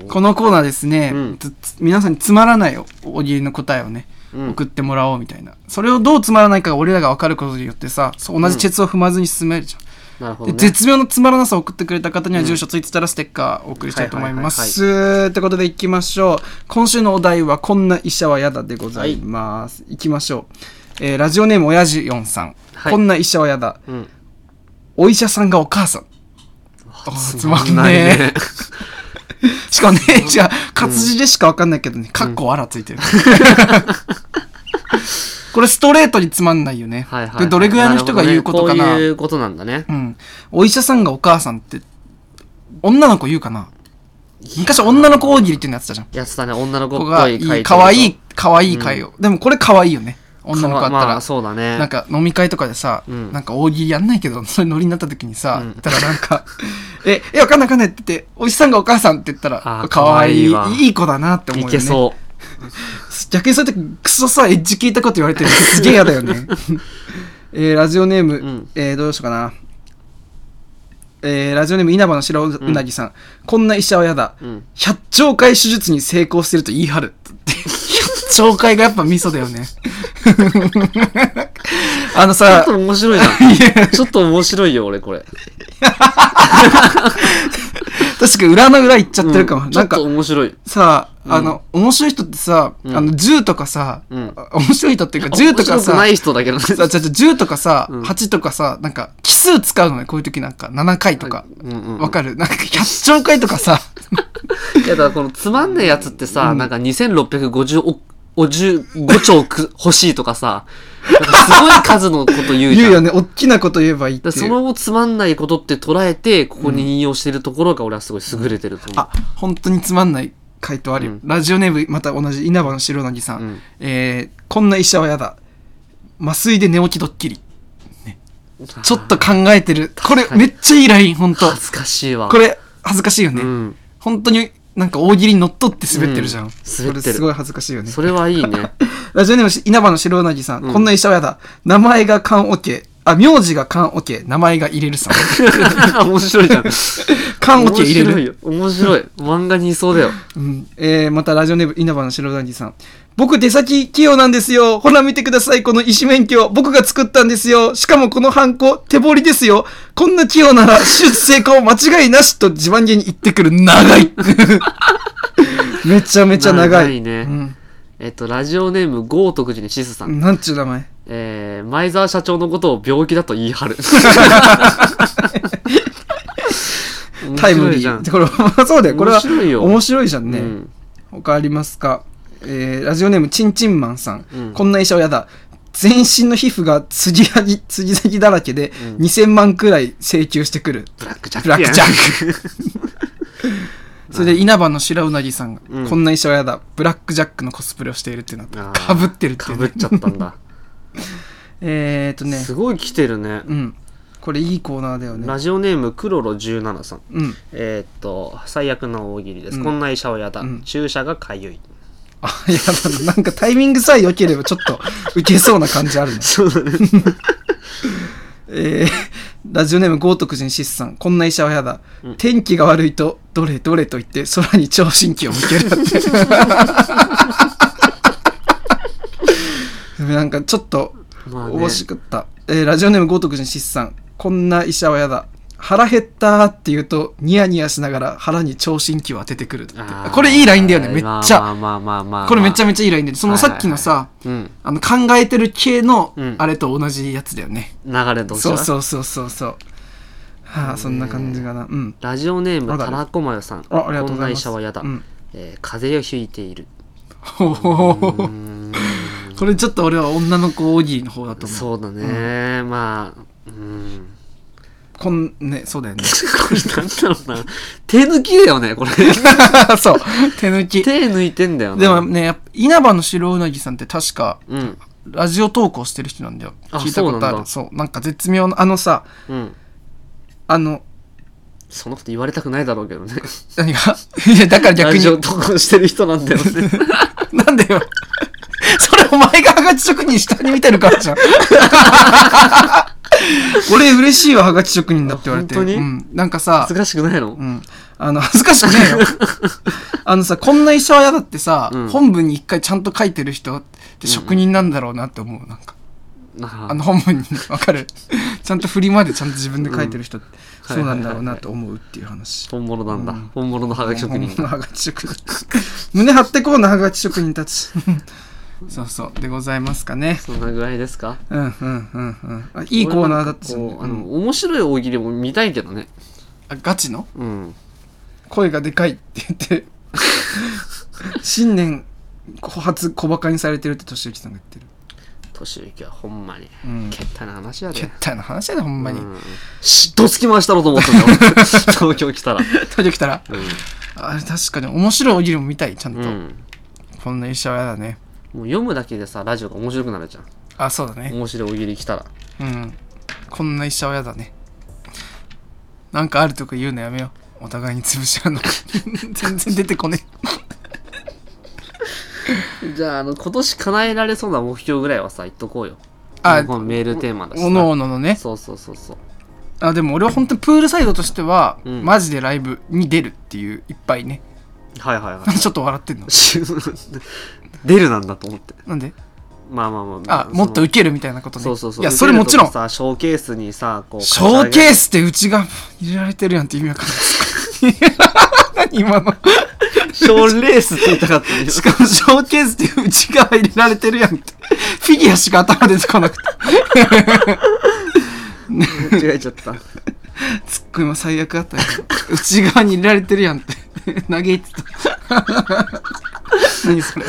[SPEAKER 1] ー
[SPEAKER 2] このコーナーですね、
[SPEAKER 1] うん
[SPEAKER 2] つつ皆さんにつまらない大喜利の答えをね、
[SPEAKER 1] うん
[SPEAKER 2] 送ってもらおうみたいなそれをどうつまらないかが俺らが分かることによってさそう同じチェツを踏まずに進めるじゃん、
[SPEAKER 1] なるほ
[SPEAKER 2] で
[SPEAKER 1] どね。
[SPEAKER 2] 絶妙のつまらなさを送ってくれた方には住所ツイッターらステッカーをお送りしたいと思いま
[SPEAKER 1] はい
[SPEAKER 2] す。ってことでいきましょう。今週のお題はこんな医者は嫌だでございます。い、きましょう。えーラジオネームおやじよんさん、
[SPEAKER 1] はい
[SPEAKER 2] こんな医者は嫌だ。
[SPEAKER 1] うん
[SPEAKER 2] お医者さんがお母さん。あーつまん
[SPEAKER 1] ない
[SPEAKER 2] ねえ
[SPEAKER 1] ね。
[SPEAKER 2] しかもね、じゃあ、活字でしかわかんないけどね、かっこあらついてる。これストレートにつまんないよね。
[SPEAKER 1] はいはいは
[SPEAKER 2] でどれぐらいの人が言うことかな
[SPEAKER 1] るほどねこういうことなんだね。
[SPEAKER 2] うん。お医者さんがお母さんって、女の子言うかな昔女の子大喜利っていうのやってたじゃん。
[SPEAKER 1] やつだね、女の子
[SPEAKER 2] 子
[SPEAKER 1] っぽ
[SPEAKER 2] がい
[SPEAKER 1] い回
[SPEAKER 2] い、
[SPEAKER 1] 答
[SPEAKER 2] かわいい、かわいい会を。でもこれかわいいよね。女の子あったら。
[SPEAKER 1] まあ、そうだね。
[SPEAKER 2] なんか飲み会とかでさ、
[SPEAKER 1] うん
[SPEAKER 2] なんか大喜利やんないけど、 それノリになった時にさ、
[SPEAKER 1] うん
[SPEAKER 2] 言ったらなんか、 え、え、わかんないわかんないって言って、おじさんがお母さんって言った
[SPEAKER 1] あ
[SPEAKER 2] ら、
[SPEAKER 1] ー
[SPEAKER 2] かわいい
[SPEAKER 1] かわいいわ
[SPEAKER 2] いい子だなって思う
[SPEAKER 1] い
[SPEAKER 2] よね。
[SPEAKER 1] けそう。
[SPEAKER 2] 逆にそうやってクソさ、エッジ聞いたこと言われてるすげえ嫌だ よね。えーラジオネーム、
[SPEAKER 1] ん
[SPEAKER 2] えーどうしようかな。えーラジオネーム稲葉の白うなぎさん、こんな医者は嫌だ、
[SPEAKER 1] ん
[SPEAKER 2] 百兆回手術に成功してると言い張る百兆回がやっぱミソだよね あの
[SPEAKER 1] ちょ
[SPEAKER 2] さ
[SPEAKER 1] っと面白いな。ちょっと面白いよ、俺、これ。
[SPEAKER 2] 確か裏の裏行っちゃってるかも、
[SPEAKER 1] うんちょ
[SPEAKER 2] なん
[SPEAKER 1] っ
[SPEAKER 2] か
[SPEAKER 1] と面白い。
[SPEAKER 2] さあの、面白い人ってさ、
[SPEAKER 1] うん
[SPEAKER 2] あの銃とかさ、
[SPEAKER 1] うん
[SPEAKER 2] 面白い人っていうか銃とか
[SPEAKER 1] 面白
[SPEAKER 2] さ
[SPEAKER 1] くない人だけどね。
[SPEAKER 2] さ、ちょ、ちょ、10とかさ、
[SPEAKER 1] うん
[SPEAKER 2] 8とかさ、なんか、奇数使うのね、こういう時なんか、7回とか。
[SPEAKER 1] うんうんうん
[SPEAKER 2] わかるなんか、100兆回とかさ、
[SPEAKER 1] いやだからこのつまんねえやつってさ、なんか2650億、55兆く欲しいとかさ、なんかすごい数のこと言うじゃん。
[SPEAKER 2] 言うよね、おっきなこと言えばいいって
[SPEAKER 1] だから
[SPEAKER 2] い。
[SPEAKER 1] そうのつまんないことって捉えて、ここに引用してるところが俺はすごい優れてると思う
[SPEAKER 2] あ。、本当につまんない回答あるよ。
[SPEAKER 1] うん
[SPEAKER 2] ラジオネーム、また同じ、稲葉の白なぎさん。
[SPEAKER 1] うん
[SPEAKER 2] えー、こんな医者は嫌だ。麻酔で寝起きドッキリ。ちょっと考えてる。これ、
[SPEAKER 1] かに
[SPEAKER 2] めっちゃいいライン、本当
[SPEAKER 1] 恥ずかしいわ。
[SPEAKER 2] これ、恥ずかしいよね。
[SPEAKER 1] うん。
[SPEAKER 2] 本当に、なんか大喜利に乗っ取って滑ってるじゃ
[SPEAKER 1] う
[SPEAKER 2] ん。
[SPEAKER 1] ん滑ってる
[SPEAKER 2] これすごい恥ずかしいよね。
[SPEAKER 1] それはいい ね。
[SPEAKER 2] ラジオネームし稲葉の白うなぎさん、
[SPEAKER 1] ん
[SPEAKER 2] こんな医者はやだ。名前が缶オケ。あ、名字が缶オケ。名前が入れるさん。
[SPEAKER 1] 面白いじゃん。
[SPEAKER 2] 缶オケ入れ
[SPEAKER 1] 面白い
[SPEAKER 2] る。
[SPEAKER 1] よ。面白い。漫画にいそうだよ。
[SPEAKER 2] うんえー、またラジオネーム稲葉の白うなぎさん。僕出先器用なんですよ。ほら見てください。この医師免許。僕が作ったんですよ。しかもこのハンコ、手彫りですよ。こんな器用なら手術成功間違いなしと自慢げに言ってくる長 い。めちゃめちゃ長い。
[SPEAKER 1] 長いねえっと、ラジオネーム、豪徳寺にシスさ。
[SPEAKER 2] うんん。なんちゅう名前。
[SPEAKER 1] えー、前澤社長のことを病気だと言い張る。
[SPEAKER 2] タイム
[SPEAKER 1] 面白
[SPEAKER 2] リ
[SPEAKER 1] いじゃん
[SPEAKER 2] ー。。これ、 そうだよ。これは
[SPEAKER 1] 面白いよ
[SPEAKER 2] 面白いじゃんね。
[SPEAKER 1] うん
[SPEAKER 2] 他ありますか、えーラジオネームちんちんまんさん、
[SPEAKER 1] うん
[SPEAKER 2] こんな医者はやだ全身の皮膚がつぎはぎつぎざぎだらけで、2000万くらい請求してくる
[SPEAKER 1] ブラックジャック
[SPEAKER 2] ブ
[SPEAKER 1] やん。
[SPEAKER 2] ラックジャックそれで稲葉の白うなぎさんが、
[SPEAKER 1] うん
[SPEAKER 2] こんな医者はやだブラックジャックのコスプレをしているってなって
[SPEAKER 1] あー
[SPEAKER 2] かぶってるって
[SPEAKER 1] か
[SPEAKER 2] いう
[SPEAKER 1] ぶ
[SPEAKER 2] ね
[SPEAKER 1] っちゃったんだ。
[SPEAKER 2] えーっとね
[SPEAKER 1] すごい来てるね。
[SPEAKER 2] うんこれいいコーナーだよね
[SPEAKER 1] ラジオネーム、クロロ17さん。
[SPEAKER 2] うん
[SPEAKER 1] えーっと、最悪な大喜利です。
[SPEAKER 2] うん
[SPEAKER 1] こんな医者はやだ。
[SPEAKER 2] ん
[SPEAKER 1] 注射がかゆい。
[SPEAKER 2] あやだななんかタイミングさえ良ければちょっとウケそうな感じあるね
[SPEAKER 1] そうだね。
[SPEAKER 2] えーラジオネーム豪徳寺シスさん、こんな医者はやだ。天気が悪いと、どれどれと言って、空に聴診器を向けるだって。 でもなんかちょっと、
[SPEAKER 1] まあね
[SPEAKER 2] 面白かった。えーラジオネーム豪徳寺シスさん、こんな医者はやだ。腹減ったーって言うと、ニヤニヤしながら腹に聴診器を当ててくるだっ
[SPEAKER 1] あ
[SPEAKER 2] て。
[SPEAKER 1] ー
[SPEAKER 2] これいいラインだよね、めっ
[SPEAKER 1] まあ
[SPEAKER 2] ち
[SPEAKER 1] まあ
[SPEAKER 2] ゃ。
[SPEAKER 1] まあまあまあまあ。
[SPEAKER 2] これめちゃめちゃいいラインで、そのさっきのさ、
[SPEAKER 1] うん。
[SPEAKER 2] あの考えてる系の
[SPEAKER 1] うん
[SPEAKER 2] あれと同じやつだよね。
[SPEAKER 1] 流れとして
[SPEAKER 2] そう
[SPEAKER 1] は
[SPEAKER 2] そうそうそうそう。はあそんな感じかなうん
[SPEAKER 1] ラジオネー
[SPEAKER 2] あ
[SPEAKER 1] ム
[SPEAKER 2] ら
[SPEAKER 1] たらこまよさん
[SPEAKER 2] あありがとうござい
[SPEAKER 1] 婚
[SPEAKER 2] ます
[SPEAKER 1] 内者はやだ、
[SPEAKER 2] うん
[SPEAKER 1] えー風邪をひいている
[SPEAKER 2] ほほほほ
[SPEAKER 1] うーん
[SPEAKER 2] これちょっと俺は女の子オギーの方だと思う
[SPEAKER 1] そうだね、まあうん
[SPEAKER 2] こんねそうだよね
[SPEAKER 1] これなんだろうな手抜きだよねこれ
[SPEAKER 2] そう手抜 き
[SPEAKER 1] 手抜いてんだよね
[SPEAKER 2] でもねやっぱ稲葉の白うなぎさんって確か
[SPEAKER 1] うん
[SPEAKER 2] ラジオ投稿してる人なんだよ
[SPEAKER 1] あ
[SPEAKER 2] 聞いたことある
[SPEAKER 1] そ
[SPEAKER 2] そうなんか絶妙なあのさ
[SPEAKER 1] うん
[SPEAKER 2] あの
[SPEAKER 1] そのこと言われたくないだろうけどね
[SPEAKER 2] 何が いやだから逆
[SPEAKER 1] ラ
[SPEAKER 2] に
[SPEAKER 1] ジオ投稿してる人なんだよね
[SPEAKER 2] なんでよ。それお前がハガキ職人下に見てるからじゃん。 俺嬉しいわ、ハガキ職人だって言われて。
[SPEAKER 1] あ本当に
[SPEAKER 2] うん。なんかさ
[SPEAKER 1] 恥ず、かしくないの
[SPEAKER 2] うん。あの、恥ずかしくねえよ。 あのさ、こんな医者は嫌だってさ、
[SPEAKER 1] うん
[SPEAKER 2] 本文に一回ちゃんと書いてる人って職人なんだろうなって思う。なんか、
[SPEAKER 1] あ
[SPEAKER 2] あの本文にわかる。ちゃんと振りまでちゃんと自分で書いてる人って、
[SPEAKER 1] うん
[SPEAKER 2] そうなんだろうなと思うっていう話。
[SPEAKER 1] 本物なんだ、
[SPEAKER 2] うん
[SPEAKER 1] 本物のハガキ職
[SPEAKER 2] 本
[SPEAKER 1] 人
[SPEAKER 2] 物のハガキ職人胸張ってこうなハガキ職人たちそうそうでございますかね
[SPEAKER 1] そんなぐらいですか
[SPEAKER 2] うんうんうんうんあいいコーナーだった
[SPEAKER 1] 俺なんかこうあ
[SPEAKER 2] う
[SPEAKER 1] の、
[SPEAKER 2] ん
[SPEAKER 1] 面白い大喜利も見たいけどね
[SPEAKER 2] あガチの
[SPEAKER 1] うん
[SPEAKER 2] 声がでかいって言って新年初小バカにされてるって俊之さんが言ってる
[SPEAKER 1] 年行きはほんまに、
[SPEAKER 2] うん
[SPEAKER 1] けったいな話やで
[SPEAKER 2] けったいな話やでほんまに、
[SPEAKER 1] うん嫉妬つき回したろうと思ったん だよ東京来た ら
[SPEAKER 2] 東京来たら
[SPEAKER 1] う
[SPEAKER 2] あれ確かに面白いおぎりも見たいちゃんと、
[SPEAKER 1] ん、うん
[SPEAKER 2] こんな医者は嫌だね
[SPEAKER 1] もう読むだけでさラジオが面白くなるじゃん
[SPEAKER 2] あそうだね
[SPEAKER 1] 面白い大喜利来たら
[SPEAKER 2] うん。こんな医者は嫌だね。なんかあるとか言うのやめよう。お互いに潰し 合うの。全然出てこね
[SPEAKER 1] じゃああの今年叶えられそうな目標ぐらいはさ言っとこうよ
[SPEAKER 2] え。あ、
[SPEAKER 1] このメールテーマだしさ
[SPEAKER 2] おのおののね。
[SPEAKER 1] そうそうそうそう
[SPEAKER 2] あ、でも俺は本当にプールサイドとしては、
[SPEAKER 1] うん
[SPEAKER 2] マジでライブに出るっていう、いっぱいね。
[SPEAKER 1] はいはい は
[SPEAKER 2] ちょっと笑ってんの
[SPEAKER 1] い。し出るなんだと思って
[SPEAKER 2] なんで
[SPEAKER 1] まあまあまあ
[SPEAKER 2] あ、もっと
[SPEAKER 1] 受
[SPEAKER 2] ウケるみたいなことね。
[SPEAKER 1] そうそうそう
[SPEAKER 2] いや、
[SPEAKER 1] 受
[SPEAKER 2] そ
[SPEAKER 1] け
[SPEAKER 2] れ
[SPEAKER 1] る
[SPEAKER 2] もちろん
[SPEAKER 1] と。こさショーケースにさこう
[SPEAKER 2] ショーケースってうちが入れられてるやんって意味わかんない何今の。
[SPEAKER 1] スショーレースって言いたかったんだけ
[SPEAKER 2] しかもショーケースってうちが入れられてるやんって。フィギュアしか頭出てこなくて。
[SPEAKER 1] ど間違えちゃった
[SPEAKER 2] ツッコミも最悪だったよ 内側に入れられてるやんって 嘆いてた何それ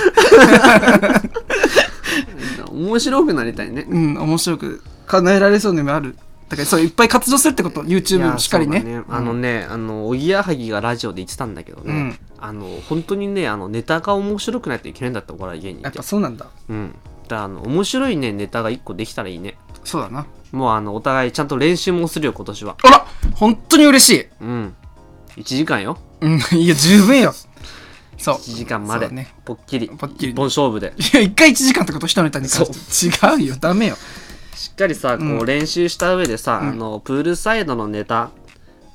[SPEAKER 1] 面白くなりたいね
[SPEAKER 2] うん面白く叶えられそうな夢あるだからそういっぱい活動するってこと
[SPEAKER 1] い
[SPEAKER 2] YouTube
[SPEAKER 1] や
[SPEAKER 2] もしっかりね
[SPEAKER 1] そうだあのねあのおぎやはぎがラジオで言ってたんだけどね、
[SPEAKER 2] うん
[SPEAKER 1] あの本当にねあのネタが面白くないといけないんだってお笑い芸人
[SPEAKER 2] や
[SPEAKER 1] っ
[SPEAKER 2] ってぱそうなんだ
[SPEAKER 1] うんだからあの面白いねネタが一個できたらいいね
[SPEAKER 2] そうだな
[SPEAKER 1] もうあのお互いちゃんと練習もするよ今年は
[SPEAKER 2] あら本当に嬉しい
[SPEAKER 1] うん1時間よ
[SPEAKER 2] うんいや十分よそう
[SPEAKER 1] 1時間まで、
[SPEAKER 2] そうね
[SPEAKER 1] ぽっきり
[SPEAKER 2] ぽっきり
[SPEAKER 1] 一本勝負で
[SPEAKER 2] いや一回1時間ってこと一ネタに関して違うよダメよ
[SPEAKER 1] しっかりさこ
[SPEAKER 2] う
[SPEAKER 1] うん練習した上でさ、
[SPEAKER 2] うん
[SPEAKER 1] あのプールサイドのネタ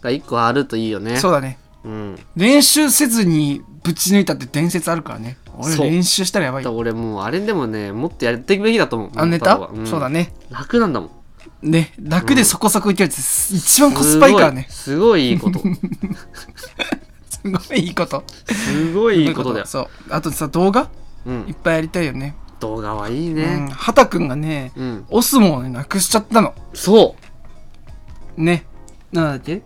[SPEAKER 1] が一個あるといいよね
[SPEAKER 2] そうだね
[SPEAKER 1] うん
[SPEAKER 2] 練習せずにぶち抜いたって伝説あるからね俺
[SPEAKER 1] そう
[SPEAKER 2] 練習したらやば
[SPEAKER 1] だ
[SPEAKER 2] い
[SPEAKER 1] から俺もうあれでもねもっとやっていくべきだと思う
[SPEAKER 2] あネ
[SPEAKER 1] 本
[SPEAKER 2] タ
[SPEAKER 1] 当はん
[SPEAKER 2] そうだね
[SPEAKER 1] 楽なんだもん
[SPEAKER 2] ね楽でそこそこいけるやつ一番コスパいいからね
[SPEAKER 1] すごいすごいいいこと
[SPEAKER 2] すごいいいこと
[SPEAKER 1] すごいいいことだよ、
[SPEAKER 2] そうあとさ動画
[SPEAKER 1] う
[SPEAKER 2] いっ
[SPEAKER 1] ん、
[SPEAKER 2] ぱいやりたいよね
[SPEAKER 1] 動画はいい
[SPEAKER 2] うん
[SPEAKER 1] ね
[SPEAKER 2] 畑くんがね
[SPEAKER 1] うん、
[SPEAKER 2] オスモをねなくしちゃったの
[SPEAKER 1] そう
[SPEAKER 2] ねなんだっ
[SPEAKER 1] え
[SPEAKER 2] け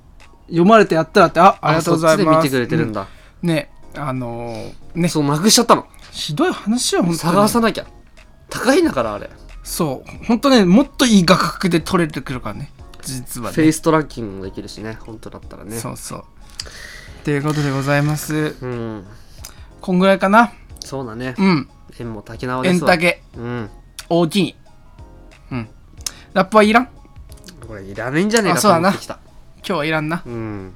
[SPEAKER 2] 読まれてやったらってあありがとうございます
[SPEAKER 1] そっちで見てくれてるんだ、
[SPEAKER 2] うんねあのーね
[SPEAKER 1] そうなくしちゃったの
[SPEAKER 2] ひどい話は本当に
[SPEAKER 1] 探さなきゃ高いんだからあれ、
[SPEAKER 2] そう本当ねもっといい画角で撮れてくるからね実は
[SPEAKER 1] フェイ
[SPEAKER 2] ね
[SPEAKER 1] ストラッキングもできるしね本当だったらね
[SPEAKER 2] そうそうということでございます
[SPEAKER 1] うん
[SPEAKER 2] こんぐらいかな
[SPEAKER 1] そうだね
[SPEAKER 2] うん
[SPEAKER 1] 縁も竹縄で
[SPEAKER 2] 円
[SPEAKER 1] すわ
[SPEAKER 2] 竹
[SPEAKER 1] うん
[SPEAKER 2] 大きいうんラップはいらん今
[SPEAKER 1] これいらねえんじゃねえかと
[SPEAKER 2] あそうだ
[SPEAKER 1] 思
[SPEAKER 2] な
[SPEAKER 1] ってきた
[SPEAKER 2] 日はいらんな
[SPEAKER 1] うん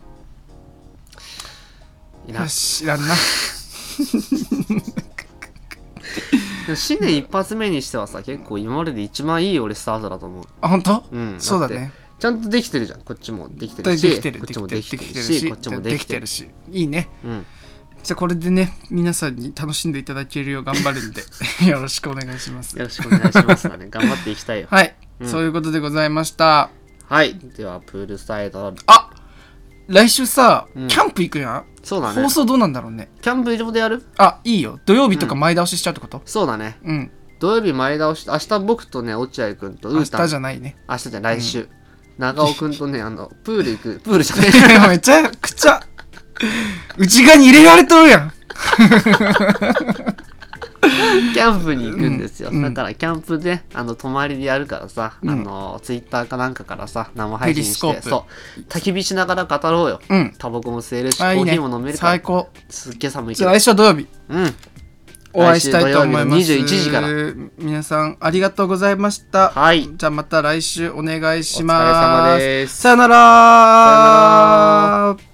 [SPEAKER 1] いら
[SPEAKER 2] よしいらんな
[SPEAKER 1] でも新年一発目にしてはさ結構今までで一番いい俺スタートだと思う
[SPEAKER 2] あ本当、
[SPEAKER 1] うん
[SPEAKER 2] そうだね
[SPEAKER 1] ちゃんとできてるじゃんこっちもできて
[SPEAKER 2] で
[SPEAKER 1] る
[SPEAKER 2] き
[SPEAKER 1] して
[SPEAKER 2] る
[SPEAKER 1] こっ
[SPEAKER 2] で
[SPEAKER 1] ちも
[SPEAKER 2] きて
[SPEAKER 1] でき
[SPEAKER 2] る
[SPEAKER 1] てる
[SPEAKER 2] できてる
[SPEAKER 1] し
[SPEAKER 2] し
[SPEAKER 1] こっちも
[SPEAKER 2] で
[SPEAKER 1] で
[SPEAKER 2] き
[SPEAKER 1] き
[SPEAKER 2] て
[SPEAKER 1] て
[SPEAKER 2] る
[SPEAKER 1] る
[SPEAKER 2] しいいね
[SPEAKER 1] うん
[SPEAKER 2] じゃあこれでね皆さんに楽しんでいただけるよう頑張るんで よろしくお願いします
[SPEAKER 1] よろしくお願いしますだね頑張っていきたいよ
[SPEAKER 2] はい、
[SPEAKER 1] うん
[SPEAKER 2] そういうことでございました
[SPEAKER 1] はいではプールサイド
[SPEAKER 2] あ来週さ、
[SPEAKER 1] うん
[SPEAKER 2] キャンプ行くやん、
[SPEAKER 1] そうだね
[SPEAKER 2] 放送どうなんだろうね
[SPEAKER 1] キャンプ場でやる
[SPEAKER 2] あいいよ土曜日とか前倒ししちゃうってこと
[SPEAKER 1] そうだね
[SPEAKER 2] うん、
[SPEAKER 1] 土曜日前倒し明日僕とね落合君とう
[SPEAKER 2] 明
[SPEAKER 1] ーた
[SPEAKER 2] 日
[SPEAKER 1] ん
[SPEAKER 2] じゃないね
[SPEAKER 1] 明日じゃん来週長尾くんとね、あの、プール行 く、プールじゃない。
[SPEAKER 2] めちゃくちゃ、内側に入れられとるやん。
[SPEAKER 1] キャンプに行くんですよ。
[SPEAKER 2] うん
[SPEAKER 1] だから、キャンプで、あの、泊まりでやるからさ、あの、ツイッターかなんかからさ、生配信し
[SPEAKER 2] ペリ
[SPEAKER 1] て、
[SPEAKER 2] スコー
[SPEAKER 1] そ
[SPEAKER 2] プ
[SPEAKER 1] う、焚き火しながら語ろうよ。
[SPEAKER 2] うん。
[SPEAKER 1] タバコも吸えるし、コ
[SPEAKER 2] あ、いい
[SPEAKER 1] ーヒ
[SPEAKER 2] ね
[SPEAKER 1] ーも飲め。るから、
[SPEAKER 2] 最高。
[SPEAKER 1] すっげえ寒いけ
[SPEAKER 2] じゃ
[SPEAKER 1] ど
[SPEAKER 2] あ、。来週は土曜日。
[SPEAKER 1] うん。
[SPEAKER 2] お会いしたいと思います。
[SPEAKER 1] 来週土曜日の21時から。
[SPEAKER 2] 皆さん、ありがとうございました。
[SPEAKER 1] はい。
[SPEAKER 2] じゃあ、また来週お願いしま
[SPEAKER 1] お疲れ様
[SPEAKER 2] す。
[SPEAKER 1] です
[SPEAKER 2] さよなら
[SPEAKER 1] さよなら